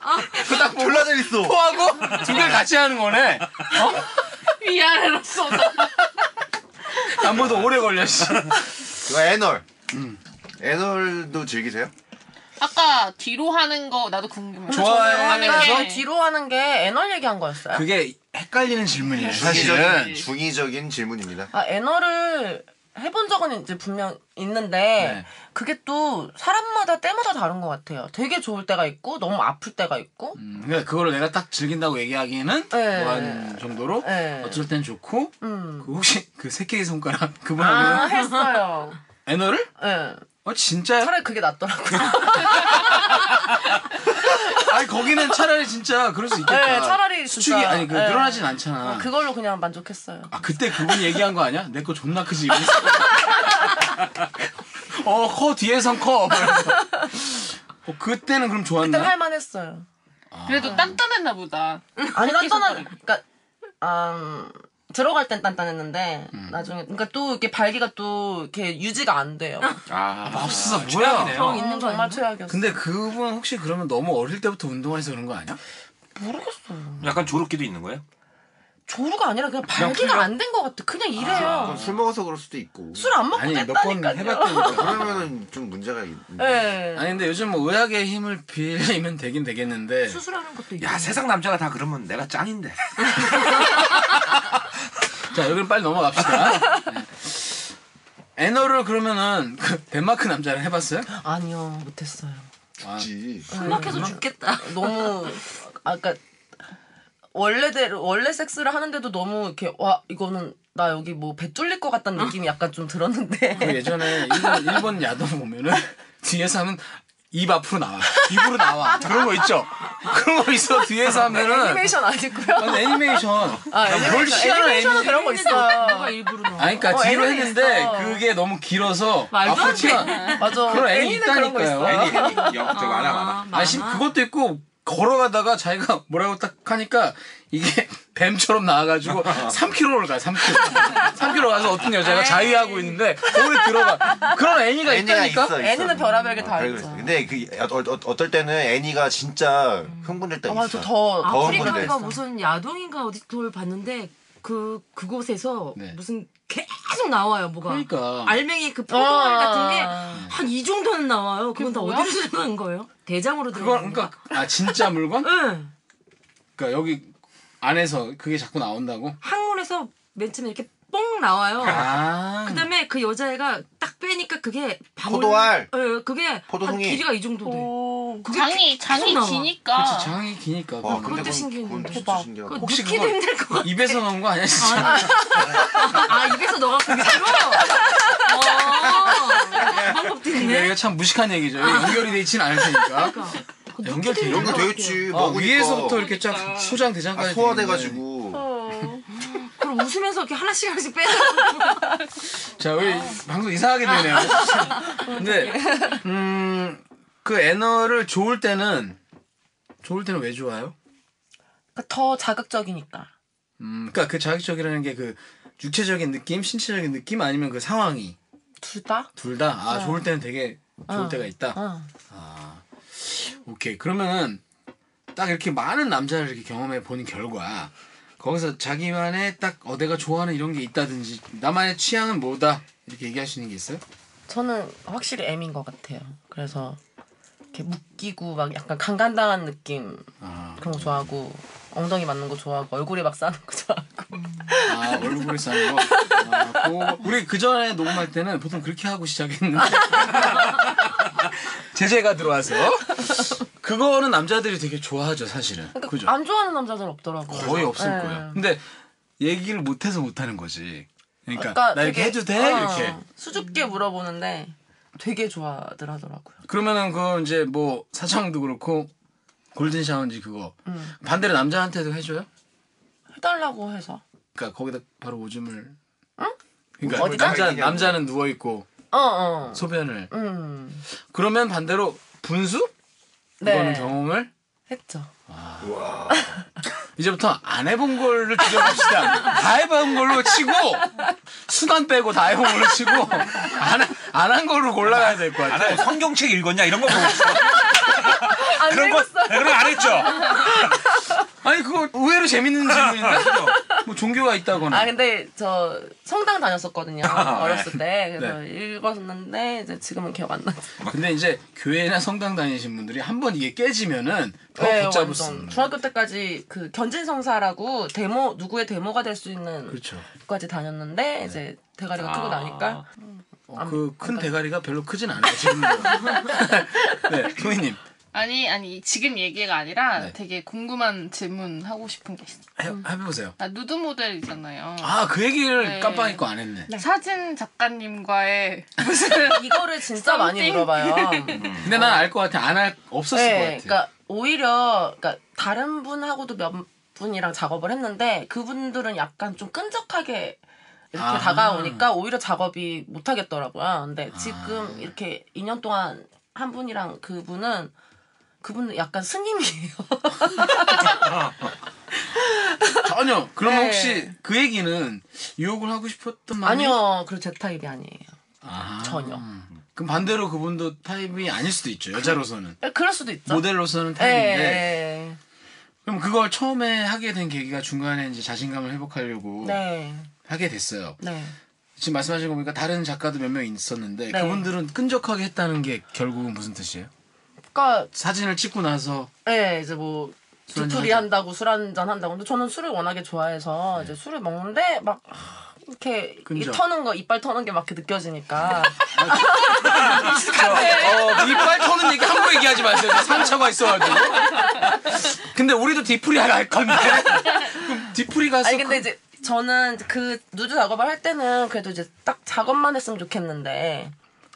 Speaker 2: 그딱 졸라 재밌어.
Speaker 1: 토하고 두 개를 같이 하는 거네.
Speaker 3: 위아래로 쏟아.
Speaker 1: 안 보도 오래 걸려. 씨.
Speaker 2: 그거 애널. 애널도 즐기세요?
Speaker 3: 아까 뒤로 하는 거 나도 궁금해.
Speaker 1: 좋아해.
Speaker 3: 하는
Speaker 5: 그러니까
Speaker 3: 게.
Speaker 5: 저 뒤로 하는 게 애널 얘기한 거였어요.
Speaker 1: 그게 헷갈리는 네, 질문이에요.
Speaker 2: 중의적인,
Speaker 1: 사실은
Speaker 2: 중의적인 질문입니다.
Speaker 5: 아 애널을 해본 적은 이제 분명 있는데
Speaker 1: 네.
Speaker 5: 그게 또 사람마다 때마다 다른 것 같아요. 되게 좋을 때가 있고 너무 아플 때가 있고
Speaker 1: 음, 그러니까 그거를 내가 딱 즐긴다고 얘기하기에는
Speaker 5: 네.
Speaker 1: 뭐한 정도로
Speaker 5: 네.
Speaker 1: 어쩔 땐 좋고
Speaker 5: 음.
Speaker 1: 그 혹시 그 새끼 손가락
Speaker 5: 아
Speaker 1: 그분하고는
Speaker 5: 했어요.
Speaker 1: 애너를?
Speaker 5: 예. 네.
Speaker 1: 어 진짜요?
Speaker 5: 차라리 그게 낫더라고요.
Speaker 1: 아니 거기는 차라리 진짜 그럴 수 있겠다.
Speaker 5: 네, 차라리 진짜.
Speaker 1: 수축이 아니 그
Speaker 5: 네.
Speaker 1: 늘어나진 않잖아.
Speaker 5: 그걸로 그냥 만족했어요.
Speaker 1: 아 그때 그분 얘기한 거 아니야? 내 거 존나 크지. 어커 뒤에선 커. 그래서. 어, 그때는 그럼
Speaker 5: 그때
Speaker 1: 좋았나?
Speaker 5: 할만했어요.
Speaker 8: 아.
Speaker 3: 그래도 단단했나 보다.
Speaker 5: 아니 단단한 그러니까 아, 음, 들어갈 땐 단단했는데
Speaker 1: 음.
Speaker 5: 나중에 그러니까 또 이렇게 발기가 또 이렇게 유지가 안 돼요.
Speaker 1: 아
Speaker 4: 뭐
Speaker 1: 맙소사
Speaker 5: 어,
Speaker 1: 뭐야?
Speaker 5: 있는 거 정말 최악이었어.
Speaker 1: 근데 그분 혹시 그러면 너무 어릴 때부터 운동해서 그런 거 아니야?
Speaker 5: 모르겠어요.
Speaker 4: 약간 조롭기도 있는 거예요?
Speaker 5: 조루가 아니라 그냥 발기가 안 된 것 같아. 그냥 이래요.
Speaker 2: 그럼 술 먹어서 그럴 수도 있고.
Speaker 5: 술 안 먹고
Speaker 1: 아니 몇 번
Speaker 5: 됐다니까요.
Speaker 1: 해봤다니까.
Speaker 2: 그러면은 좀 문제가 있.
Speaker 5: 네.
Speaker 1: 아니 근데 요즘 뭐 의학의 힘을 빌리면 되긴 되겠는데
Speaker 8: 수술하는 것도 있고.
Speaker 4: 야 세상 남자가 다 그러면 내가 짱인데.
Speaker 1: 자, 여기는 빨리 넘어갑시다. 네. 애너를 그러면은 그 덴마크 남자를 해봤어요?
Speaker 5: 아니요, 못했어요.
Speaker 2: 있지.
Speaker 8: 험악해서 죽겠다.
Speaker 5: 너무 아까 그러니까 원래대로 원래 섹스를 하는데도 너무 이렇게 와 이거는 나 여기 뭐 배 뚫릴 것 같다는 느낌이 약간 좀
Speaker 1: 그
Speaker 5: 들었는데
Speaker 1: 예전에 일본, 일본 야동 보면은 뒤에서 하면 입 앞으로 나와. 입으로 나와. 그런 거 있죠? 그런 거 있어. 뒤에서 하면은.
Speaker 5: 애니메이션 아니고요.
Speaker 1: 아니, 애니메이션.
Speaker 5: 아,
Speaker 1: 뭘
Speaker 5: 애니메이션,
Speaker 1: 시원한
Speaker 5: 애니메이션은
Speaker 1: 애니-
Speaker 5: 그런 거
Speaker 8: 누가
Speaker 5: 있어요.
Speaker 8: 일부러 넣어?
Speaker 1: 아니, 그니까
Speaker 5: 어,
Speaker 1: 뒤로
Speaker 5: 애니는
Speaker 1: 했는데
Speaker 5: 있어.
Speaker 1: 그게 너무 길어서
Speaker 8: 말도 안
Speaker 1: 앞으로
Speaker 8: 돼.
Speaker 1: 튀어.
Speaker 5: 맞아.
Speaker 1: 그런 애니
Speaker 5: 애니는 그런 거
Speaker 1: 있다니까요.
Speaker 5: 있어.
Speaker 1: 애니,
Speaker 4: 역 저거 하나 많아.
Speaker 1: 아, 심 그것도 있고 걸어가다가 자기가 뭐라고 딱 하니까 이게 뱀처럼 나와가지고 3km를 가 3km 3km 가서 어떤 여자가 자위하고 있는데 거기 들어가 그런 애니가
Speaker 2: 아, 애니가
Speaker 1: 있다니까
Speaker 2: 있어, 있어.
Speaker 5: 애니는 별의별 게다
Speaker 2: 별거
Speaker 5: 있죠.
Speaker 2: 있어. 근데 그 어, 어, 어떨 때는 애니가 진짜 흥분될 때가
Speaker 5: 아,
Speaker 2: 있어.
Speaker 5: 저더
Speaker 2: 아, 더운 건데.
Speaker 8: 아프리카인가 무슨 야동인가 어디 그걸 봤는데 그 그곳에서
Speaker 1: 네.
Speaker 8: 무슨 계속 나와요 뭐가
Speaker 1: 그러니까.
Speaker 8: 알맹이 그 포도알
Speaker 5: 아.
Speaker 8: 같은 게 한 이 정도는 나와요 그건 다 어디서 들어간 거예요 대장으로
Speaker 1: 그건
Speaker 8: 들어간
Speaker 1: 그러니까 아 진짜 물건
Speaker 8: 응
Speaker 1: 그러니까 여기 안에서 그게 자꾸 나온다고
Speaker 8: 항문에서 맨 처음에 이렇게 뽕 나와요.
Speaker 1: 아.
Speaker 8: 그다음에 그 여자애가 딱 빼니까 그게 방울-
Speaker 2: 포도알.
Speaker 8: 예, 그게 한
Speaker 2: 포도송이.
Speaker 8: 길이가 이 정도 돼.
Speaker 5: 오.
Speaker 8: 어, 그게
Speaker 3: 장이 장이
Speaker 8: 계속 나와.
Speaker 3: 기니까.
Speaker 1: 그렇지 장이 기니까.
Speaker 2: 와,
Speaker 1: 그거는.
Speaker 2: 근데
Speaker 8: 그것도
Speaker 2: 그건-
Speaker 8: 신기했는데.
Speaker 2: 그건 진짜
Speaker 5: 대박.
Speaker 2: 신기하다.
Speaker 8: 그거
Speaker 1: 혹시
Speaker 8: 넣기도
Speaker 1: 그거-
Speaker 8: 힘들 것 같아.
Speaker 1: 입에서 나온 거 아니야 진짜?
Speaker 8: 아, 아 입에서 너가 고기로. 어, 방법도 있네.
Speaker 1: 여기가 참 무식한 얘기죠. 여기 연결이 돼 있지는 않을 테니까.
Speaker 8: 그러니까. 그
Speaker 1: 연결돼 있는
Speaker 2: 연결
Speaker 1: 아, 거.
Speaker 2: 되겠지.
Speaker 1: 아,
Speaker 2: 먹으니까.
Speaker 1: 위에서부터 이렇게 쫙 소장 대장까지 되는데.
Speaker 2: 아, 소화돼가지고.
Speaker 8: 그럼 웃으면서 이렇게 하나씩 하나씩 빼서
Speaker 1: 자 우리 방송 이상하게 되네요.
Speaker 5: 아.
Speaker 1: 근데 음그 애너를 좋을 때는 좋을 때는 왜 좋아요?
Speaker 5: 그러니까 더 자극적이니까.
Speaker 1: 음 그러니까 그 자극적이라는 게 그 육체적인 느낌, 신체적인 느낌 아니면 그 상황이
Speaker 5: 둘 다?
Speaker 1: 둘 다 아 좋을 때는 되게 좋을
Speaker 5: 어.
Speaker 1: 때가 있다. 아,
Speaker 5: 응.
Speaker 1: 오케이 그러면은 딱 이렇게 많은 남자를 이렇게 경험해 보는 결과 거기서 자기만의 딱 어, 내가 좋아하는 이런 게 있다든지 나만의 취향은 뭐다 이렇게 얘기할 수 있는 게 있어요?
Speaker 5: 저는 확실히 M인 것 같아요. 그래서 이렇게 묶이고 막 약간 강간당한 느낌
Speaker 1: 아,
Speaker 5: 그런 거 좋아하고 엉덩이 맞는 거 좋아하고 얼굴에 막 싸는 거 좋아하고
Speaker 1: 아 얼굴에 싸는 거 아, 그거. 우리 그 전에 녹음할 때는 보통 그렇게 하고 시작했는데 제재가 들어와서 그거는 남자들이 되게 좋아하죠 사실은 그죠?
Speaker 5: 안 그러니까 좋아하는 남자들 없더라고요.
Speaker 1: 거의 없을
Speaker 5: 네.
Speaker 1: 거야 근데 얘기를 못해서 못하는 거지 그러니까,
Speaker 5: 그러니까
Speaker 1: 나 이렇게
Speaker 5: 되게-
Speaker 1: 해도 돼?
Speaker 5: 어,
Speaker 1: 이렇게
Speaker 5: 수줍게 물어보는데 되게 좋아들 하더라고요.
Speaker 1: 그러면은 그 이제 뭐 사장도 그렇고 골든 샤워인지 그거
Speaker 5: 음.
Speaker 1: 반대로 남자한테도 해줘요?
Speaker 5: 해달라고 해서.
Speaker 1: 그러니까 거기다 바로 오줌을 그러니까
Speaker 5: 어디다?
Speaker 1: 남자 남자는 누워 있고
Speaker 5: 어 어.
Speaker 1: 소변을
Speaker 5: 음.
Speaker 1: 그러면 반대로 분수
Speaker 5: 네.
Speaker 1: 그거는 경험을
Speaker 5: 했죠.
Speaker 1: 이제부터 안 해본 걸를 줄여봅시다. 다 해본 걸로 치고 수단 빼고 다 해본 걸로 치고 안안 한 걸로 골라야 될 것
Speaker 4: 안
Speaker 1: 같아.
Speaker 4: 하고 성경책 읽었냐 이런 거 물어봤어.
Speaker 5: 안
Speaker 4: 그런 거 네, 그런 거안 했죠.
Speaker 1: 아니 그거 의외로 재밌는 질문인데 뭐 종교가 있다거나
Speaker 5: 아 근데 저 성당 다녔었거든요 어렸을 때 그래서
Speaker 1: 아, 네.
Speaker 5: 읽었는데 이제 지금은 기억 안 나죠.
Speaker 1: 근데 이제 교회나 성당 다니신 분들이 한 번 이게 깨지면은 더
Speaker 5: 네,
Speaker 1: 어, 붙잡을 수
Speaker 5: 완전.
Speaker 1: 없는
Speaker 5: 중학교 때까지 그 견진성사라고 데모 누구의 데모가 될 수 있는
Speaker 1: 그렇죠. 아.
Speaker 5: 까지 다녔는데 이제 대가리가 크고 나니까
Speaker 1: 어, 그큰 대가리가 별로 크진 않아요 지금. 네, 소희님
Speaker 3: 아니 아니 지금 얘기가 아니라
Speaker 1: 네.
Speaker 3: 되게 궁금한 질문 하고 싶은 게 있어.
Speaker 1: 해, 해보세요.
Speaker 3: 나 누드 모델 있잖아요.
Speaker 1: 아 그 얘기를
Speaker 3: 네.
Speaker 1: 깜빡 잊고 안 했네.
Speaker 3: 사진 작가님과의 무슨
Speaker 5: 이거를 진짜 많이
Speaker 3: 썸띵.
Speaker 5: 물어봐요.
Speaker 1: 근데 난 알 것 같아. 안 할 없었을
Speaker 5: 네,
Speaker 1: 것 같아.
Speaker 5: 그러니까 오히려 그러니까 다른 분하고도 몇 분이랑 작업을 했는데 그분들은 약간 좀 끈적하게 이렇게
Speaker 1: 아.
Speaker 5: 다가오니까 오히려 작업이 못 하겠더라고요. 근데 지금 이렇게 2년 동안 한 분이랑 그분은 그분은 약간 스님이에요.
Speaker 1: 전혀. 그러면
Speaker 5: 네.
Speaker 1: 혹시 그 얘기는 유혹을 하고 싶었던 마음이
Speaker 5: 아니요, 그리고 제 타입이 아니에요.
Speaker 1: 아,
Speaker 5: 전혀. 그
Speaker 1: 그럼 반대로 그분도 타입이 아닐 수도 있죠. 여자로서는
Speaker 5: 그럴 수도 있죠.
Speaker 1: 모델로서는
Speaker 5: 예,
Speaker 1: 타입인데
Speaker 5: 예.
Speaker 1: 그럼 그걸 처음에 하게 된 계기가 중간에 이제 자신감을 회복하려고
Speaker 5: 네.
Speaker 1: 하게 됐어요.
Speaker 5: 네.
Speaker 1: 지금 말씀하신 거 보니까 다른 작가도 몇 명 있었는데
Speaker 5: 네.
Speaker 1: 그분들은 끈적하게 했다는 게 결국은 무슨 뜻이에요?
Speaker 5: 그러니까
Speaker 1: 사진을 찍고 나서
Speaker 5: 예, 이제 뭐
Speaker 1: 술
Speaker 5: 뒤풀이
Speaker 1: 한잔.
Speaker 5: 한다고 술 한잔 한다고. 근데 저는 술을 워낙에 좋아해서
Speaker 1: 네.
Speaker 5: 이제 술을 먹는데 막 하, 이렇게 이
Speaker 1: 끈적.
Speaker 5: 터는 거 이빨 터는 게 막 이렇게 느껴지니까
Speaker 1: 어, 이빨 터는 얘기 함부로 얘기하지 마세요. 저 상처가 있어가지고. 근데 우리도 디프리 할 건데. 그럼 디프리 가서
Speaker 5: 아니 근데 이제 저는 이제 그 누드 작업을 할 때는 그래도 이제 딱 작업만 했으면 좋겠는데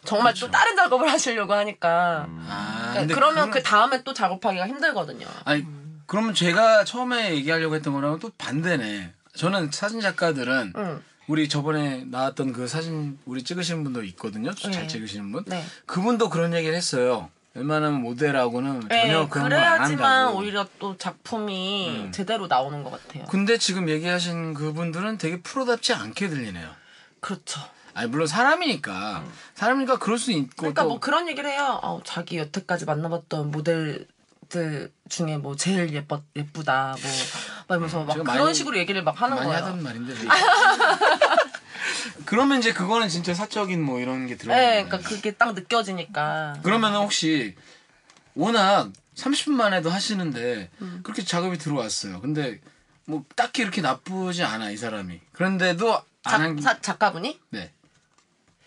Speaker 5: 정말 또 다른 작업을 하시려고 하니까
Speaker 1: 그- 그렇죠. 아,
Speaker 5: 그러니까
Speaker 1: 근데
Speaker 5: 그러면
Speaker 1: 그거는-
Speaker 5: 그 다음에 또 작업하기가 힘들거든요.
Speaker 1: 아니 그러면 제가 처음에 얘기하려고 했던 거랑은 또 반대네. 저는 사진 작가들은
Speaker 5: 응.
Speaker 1: 우리 저번에 나왔던 그 사진 우리 찍으시는 분도 있거든요. 잘
Speaker 5: 네.
Speaker 1: 찍으시는 분.
Speaker 5: 네.
Speaker 1: 그분도 그런 얘기를 했어요. 웬만하면 모델하고는 전혀
Speaker 5: 예,
Speaker 1: 그런 걸 안
Speaker 5: 그래야지만
Speaker 1: 한다고. 음.
Speaker 5: 오히려 또 작품이 제대로 나오는 것 같아요.
Speaker 1: 근데 지금 얘기하신 그분들은 되게 프로답지 않게 들리네요.
Speaker 5: 그렇죠.
Speaker 1: 아니 물론 사람이니까 사람이니까 그럴 수 있고
Speaker 5: 그러니까
Speaker 1: 또
Speaker 5: 뭐 그런 얘기를 해요. 어, 자기 여태까지 만나봤던 모델들 중에 뭐 제일 예뻐 예쁘다 뭐 말면서 막
Speaker 1: 제가
Speaker 5: 그런
Speaker 1: 많이-
Speaker 5: 식으로 얘기를 막 하는
Speaker 1: 많이
Speaker 5: 거예요.
Speaker 1: 하던 말인데. 뭐. 그러면 이제 그거는 진짜 사적인 뭐 이런 게 들어가는
Speaker 5: 네,
Speaker 1: 거예요.
Speaker 5: 그러니까 그게 딱 느껴지니까.
Speaker 1: 그러면은 혹시 워낙 30분 만에도 하시는데
Speaker 5: 음.
Speaker 1: 그렇게 작업이 들어왔어요. 근데 뭐 딱히 이렇게 나쁘지 않아 이 사람이. 그런데도
Speaker 5: 작,
Speaker 1: 안 한-
Speaker 5: 사- 작가분이?
Speaker 1: 네.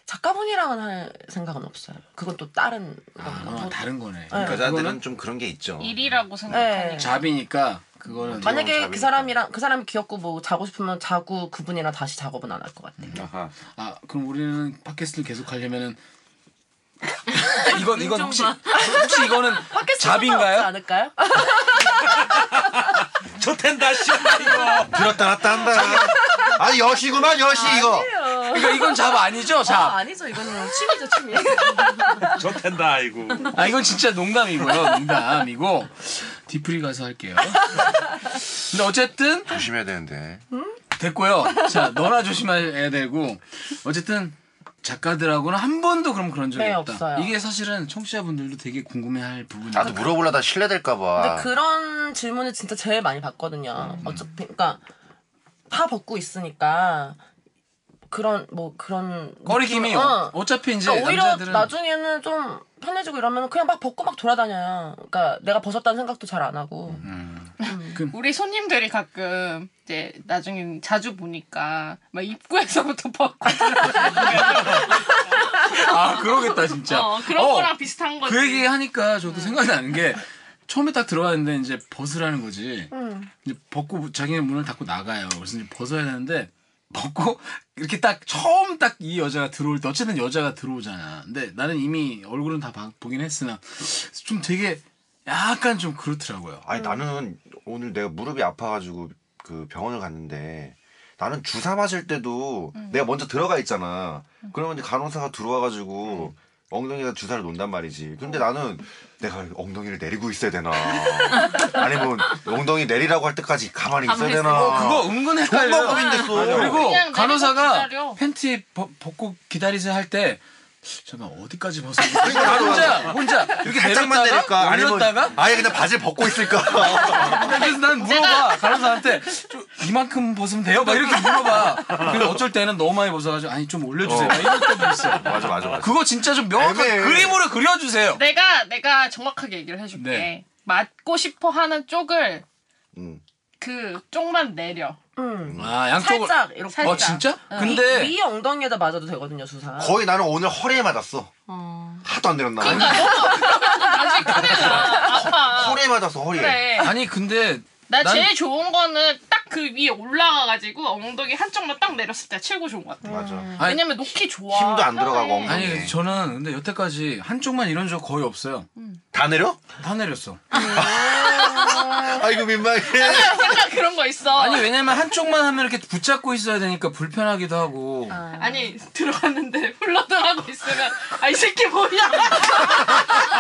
Speaker 5: 작가분이랑은 할 생각은 없어요. 그건 또 다른
Speaker 1: 아,
Speaker 5: 아,
Speaker 1: 다른 거네.
Speaker 2: 여자들은
Speaker 1: 그거는
Speaker 2: 좀 그런 게 있죠.
Speaker 3: 일이라고
Speaker 2: 네.
Speaker 3: 생각하니까.
Speaker 1: 잡이니까 그거는
Speaker 5: 예. 만약에
Speaker 2: 잡이니까.
Speaker 5: 그 사람이랑 그 사람이 귀엽고 뭐 자고 싶으면 자고 그분이랑 다시 작업은 안 할 것 같아.
Speaker 4: 아하.
Speaker 1: 아 그럼 우리는 팟캐스트를 계속 하려면은 이건 이건 혹시
Speaker 8: 인정만.
Speaker 1: 혹시 이거는
Speaker 5: 없지
Speaker 1: 잡인가요?
Speaker 5: 않을까요?
Speaker 4: 좋댄다 씨발 이거.
Speaker 2: 들었다 놨다 한다. 아 여시구만 여시 이거.
Speaker 1: 그러니까 이건 잡 아니죠
Speaker 5: 아,
Speaker 1: 잡.
Speaker 5: 아니죠 이거는 취미죠 취미.
Speaker 4: 좋댄다 아이고.
Speaker 1: 아 이건 진짜 농담이고요 농담이고 디프리 가서 할게요. 근데 어쨌든
Speaker 2: 조심해야 되는데.
Speaker 1: 됐고요. 자 너나 조심해야 되고 어쨌든 작가들하고는 한 번도 그럼 그런 적이
Speaker 5: 네,
Speaker 1: 없다.
Speaker 5: 없어요.
Speaker 1: 이게 사실은 청취자분들도 되게 궁금해할 부분이에요.
Speaker 2: 나도 물어보려다
Speaker 1: 아.
Speaker 2: 실례될까봐.
Speaker 5: 근데 그런 질문을 진짜 제일 많이 받거든요.
Speaker 1: 음,
Speaker 5: 어차피 그러니까 다 벗고 있으니까 그런 뭐 그런
Speaker 1: 거리낌이
Speaker 5: 느낌을-
Speaker 1: 어.
Speaker 5: 어.
Speaker 1: 어차피 이제
Speaker 5: 그러니까 오히려
Speaker 1: 남자들은
Speaker 5: 나중에는 좀 편해지고 이러면 그냥 막 벗고 막 돌아다녀요. 그러니까 내가 벗었다는 생각도 잘 안 하고.
Speaker 1: 음,
Speaker 3: 우리 손님들이 가끔 이제 나중에 자주 보니까 막 입구에서부터 벗고
Speaker 1: 아 그러겠다 진짜.
Speaker 3: 어, 그런
Speaker 1: 어,
Speaker 3: 거랑 비슷한 거지.
Speaker 1: 그 얘기 하니까
Speaker 3: 네.
Speaker 1: 저도 생각나는 게 처음에 딱 들어왔는데 이제 벗으라는 거지. 이제 벗고 자기네 문을 닫고 나가요. 그래서 이제 벗어야 되는데 벗고 이렇게 딱 처음 딱 이 여자가 들어올 때 어쨌든 여자가 들어오잖아. 근데 나는 이미 얼굴은 다 봐- 보긴 했으나 좀 되게 약간 좀 그렇더라고요.
Speaker 2: 아니 나는 오늘 내가 무릎이 아파가지고 그 병원을 갔는데 나는 주사 맞을 때도 내가 먼저 들어가 있잖아. 그러면 이제 간호사가 들어와가지고 엉덩이가 주사를 놓는단 말이지. 근데 나는 내가 엉덩이를 내리고 있어야 되나. 아니면 엉덩이 내리라고 할 때까지 가만히 있어야
Speaker 8: 가만히
Speaker 2: 되나.
Speaker 1: 그거 은근 헷갈려.
Speaker 2: 아, 좋은 방법인데 또.
Speaker 1: 그리고
Speaker 3: 그냥 내리고
Speaker 1: 간호사가
Speaker 3: 기다려.
Speaker 1: 팬티 벗- 벗고 기다리세요 할 때 잠깐 어디까지 벗어? 그러니까
Speaker 2: 맞아,
Speaker 1: 혼자
Speaker 2: 맞아.
Speaker 1: 혼자
Speaker 2: 이렇게 살짝만 내릴까?
Speaker 1: 내렸다가
Speaker 2: 아니면
Speaker 1: 올렸다가
Speaker 2: 아예 그냥 바지를 벗고 있을까?
Speaker 1: 그래서 난 물어봐 간호사한테 좀 이만큼 벗으면 돼요? 막 이렇게 물어봐. 그리고 어쩔 때는 너무 많이 벗어가지고 아니 좀 올려주세요. 막 이럴 때도 있어.
Speaker 2: 맞아 맞아 맞아.
Speaker 1: 그거 진짜 좀 명확한
Speaker 2: 애매해.
Speaker 1: 그림으로 그려주세요.
Speaker 3: 내가 내가 정확하게 얘기를 해줄게.
Speaker 1: 네.
Speaker 3: 맞고 싶어 하는 쪽을
Speaker 2: 음.
Speaker 3: 그 쪽만 내려.
Speaker 5: 음.
Speaker 1: 아 양쪽을.
Speaker 5: 살짝 이렇게
Speaker 1: 어
Speaker 3: 살짝.
Speaker 1: 진짜?
Speaker 3: 응.
Speaker 1: 근데
Speaker 5: 위 엉덩이에다 맞아도 되거든요 주사.
Speaker 2: 거의 나는 오늘 허리에 맞았어. 하도 안 내렸나.
Speaker 3: 아직 큰일 나. 아파.
Speaker 2: 허리에 맞았어 허리에.
Speaker 3: 그래.
Speaker 1: 아니 근데
Speaker 3: 나
Speaker 1: 난-
Speaker 3: 제일 좋은 거는 딱 그 위에 올라가가지고 엉덩이 한쪽만 딱 내렸을 때 최고 좋은 것 같아.
Speaker 2: 맞아.
Speaker 1: 아니,
Speaker 3: 왜냐면 놓기 좋아.
Speaker 2: 음. 힘도 안
Speaker 3: 편해.
Speaker 2: 들어가고 엉덩이.
Speaker 1: 아니
Speaker 2: 네.
Speaker 1: 저는 근데 여태까지 한쪽만 이런 적 거의 없어요.
Speaker 2: 다 내려?
Speaker 1: 다 내렸어.
Speaker 2: 아이고 민망해.
Speaker 3: 약간 그런 거 있어.
Speaker 1: 아니
Speaker 3: 아니,
Speaker 1: 왜냐면 한쪽만 하면 이렇게 붙잡고 있어야 되니까 불편하기도 하고.
Speaker 3: 들어갔는데 훌러덩 하고 있으면 아이 새끼 뭐야?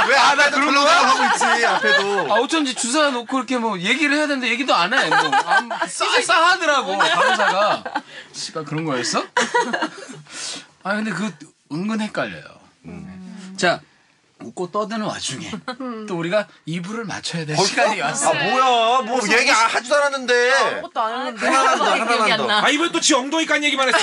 Speaker 2: 왜아 나도 그런 거 하고 있지
Speaker 1: 아
Speaker 2: 앞에도.
Speaker 1: 어쩐지 주사 놓고 이렇게 뭐 얘기를 해야 되는데 얘기도 안 해. 뭐 아무- 싸, 싸하더라고 간호사가. 씨가 그런 거였어? 아 근데 그 은근 헷갈려요. 네. 자 웃고 떠드는 와중에 또 우리가 이불을 맞춰야 될 시간이
Speaker 2: 아
Speaker 1: 왔어.
Speaker 2: 뭐야 뭐 얘기 안 하지도 않았는데.
Speaker 5: 아무것도 안 했는데.
Speaker 2: 하나만 더 하나만
Speaker 8: 기억이
Speaker 2: 더.
Speaker 8: 안 나.
Speaker 4: 아 이번에 또지 엉덩이 깐 얘기만 했어.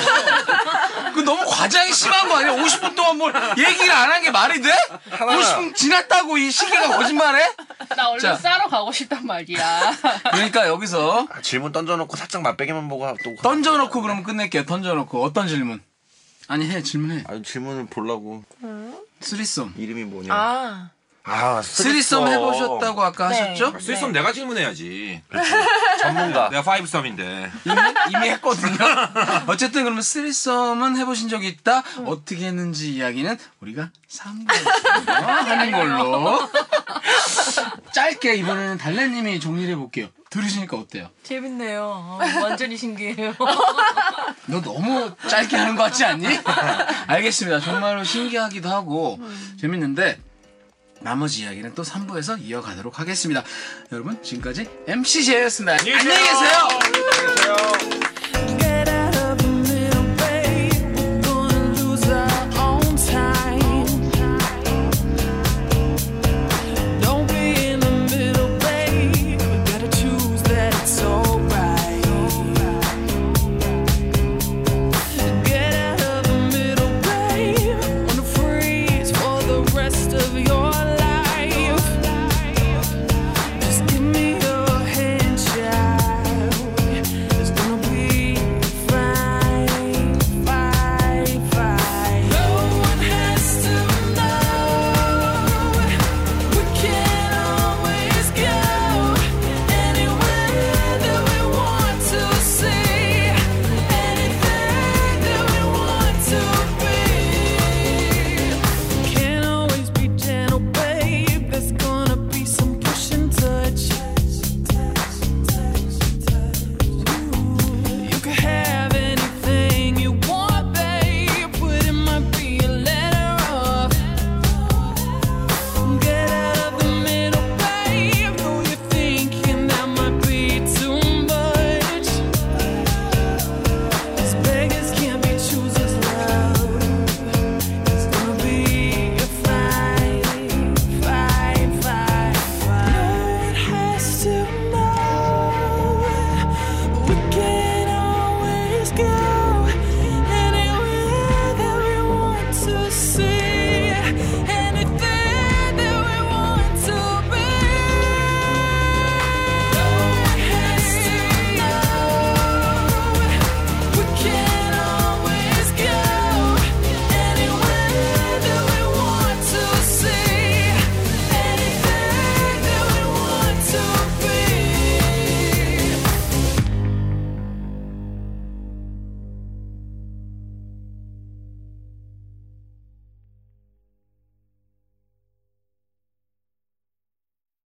Speaker 1: 그 너무 과장이 심한 거 아니야? 50분 동안 뭘 얘기를 안 한 게 말이 돼? 50분 지났다고 이 시계가 거짓말해?
Speaker 3: 나 얼른
Speaker 1: 자.
Speaker 3: 싸러 가고 싶단 말이야.
Speaker 1: 그러니까 여기서
Speaker 2: 아, 질문 던져놓고 살짝 맛배기만 보고 또. 네.
Speaker 1: 던져놓고 그러면 끝낼게요. 던져놓고 어떤 질문? 아니 해 질문해.
Speaker 2: 아 질문을 보려고
Speaker 1: 쓰리썸.
Speaker 2: 이름이 뭐냐.
Speaker 5: 아
Speaker 2: 아
Speaker 1: 쓰리썸 해보셨다고 아까
Speaker 5: 네.
Speaker 1: 하셨죠?
Speaker 4: 쓰리썸 내가 질문해야지.
Speaker 2: 전문가.
Speaker 4: 내가 파이브썸인데.
Speaker 1: 이미, 이미 했거든요. 어쨌든 그러면 쓰리썸은 해보신 적이 있다. 어떻게 했는지 이야기는 우리가 3부에 하는 걸로. 짧게 이번에는 달래님이 정리를 해볼게요. 들으시니까 어때요?
Speaker 8: 재밌네요. 어, 완전히 신기해요.
Speaker 1: 너 너무 짧게 하는 것 같지 않니? 알겠습니다. 정말로 신기하기도 하고 재밌는데 나머지 이야기는 또 3부에서 이어가도록 하겠습니다. 여러분 지금까지 MC 제이였습니다. 안녕히 계세요.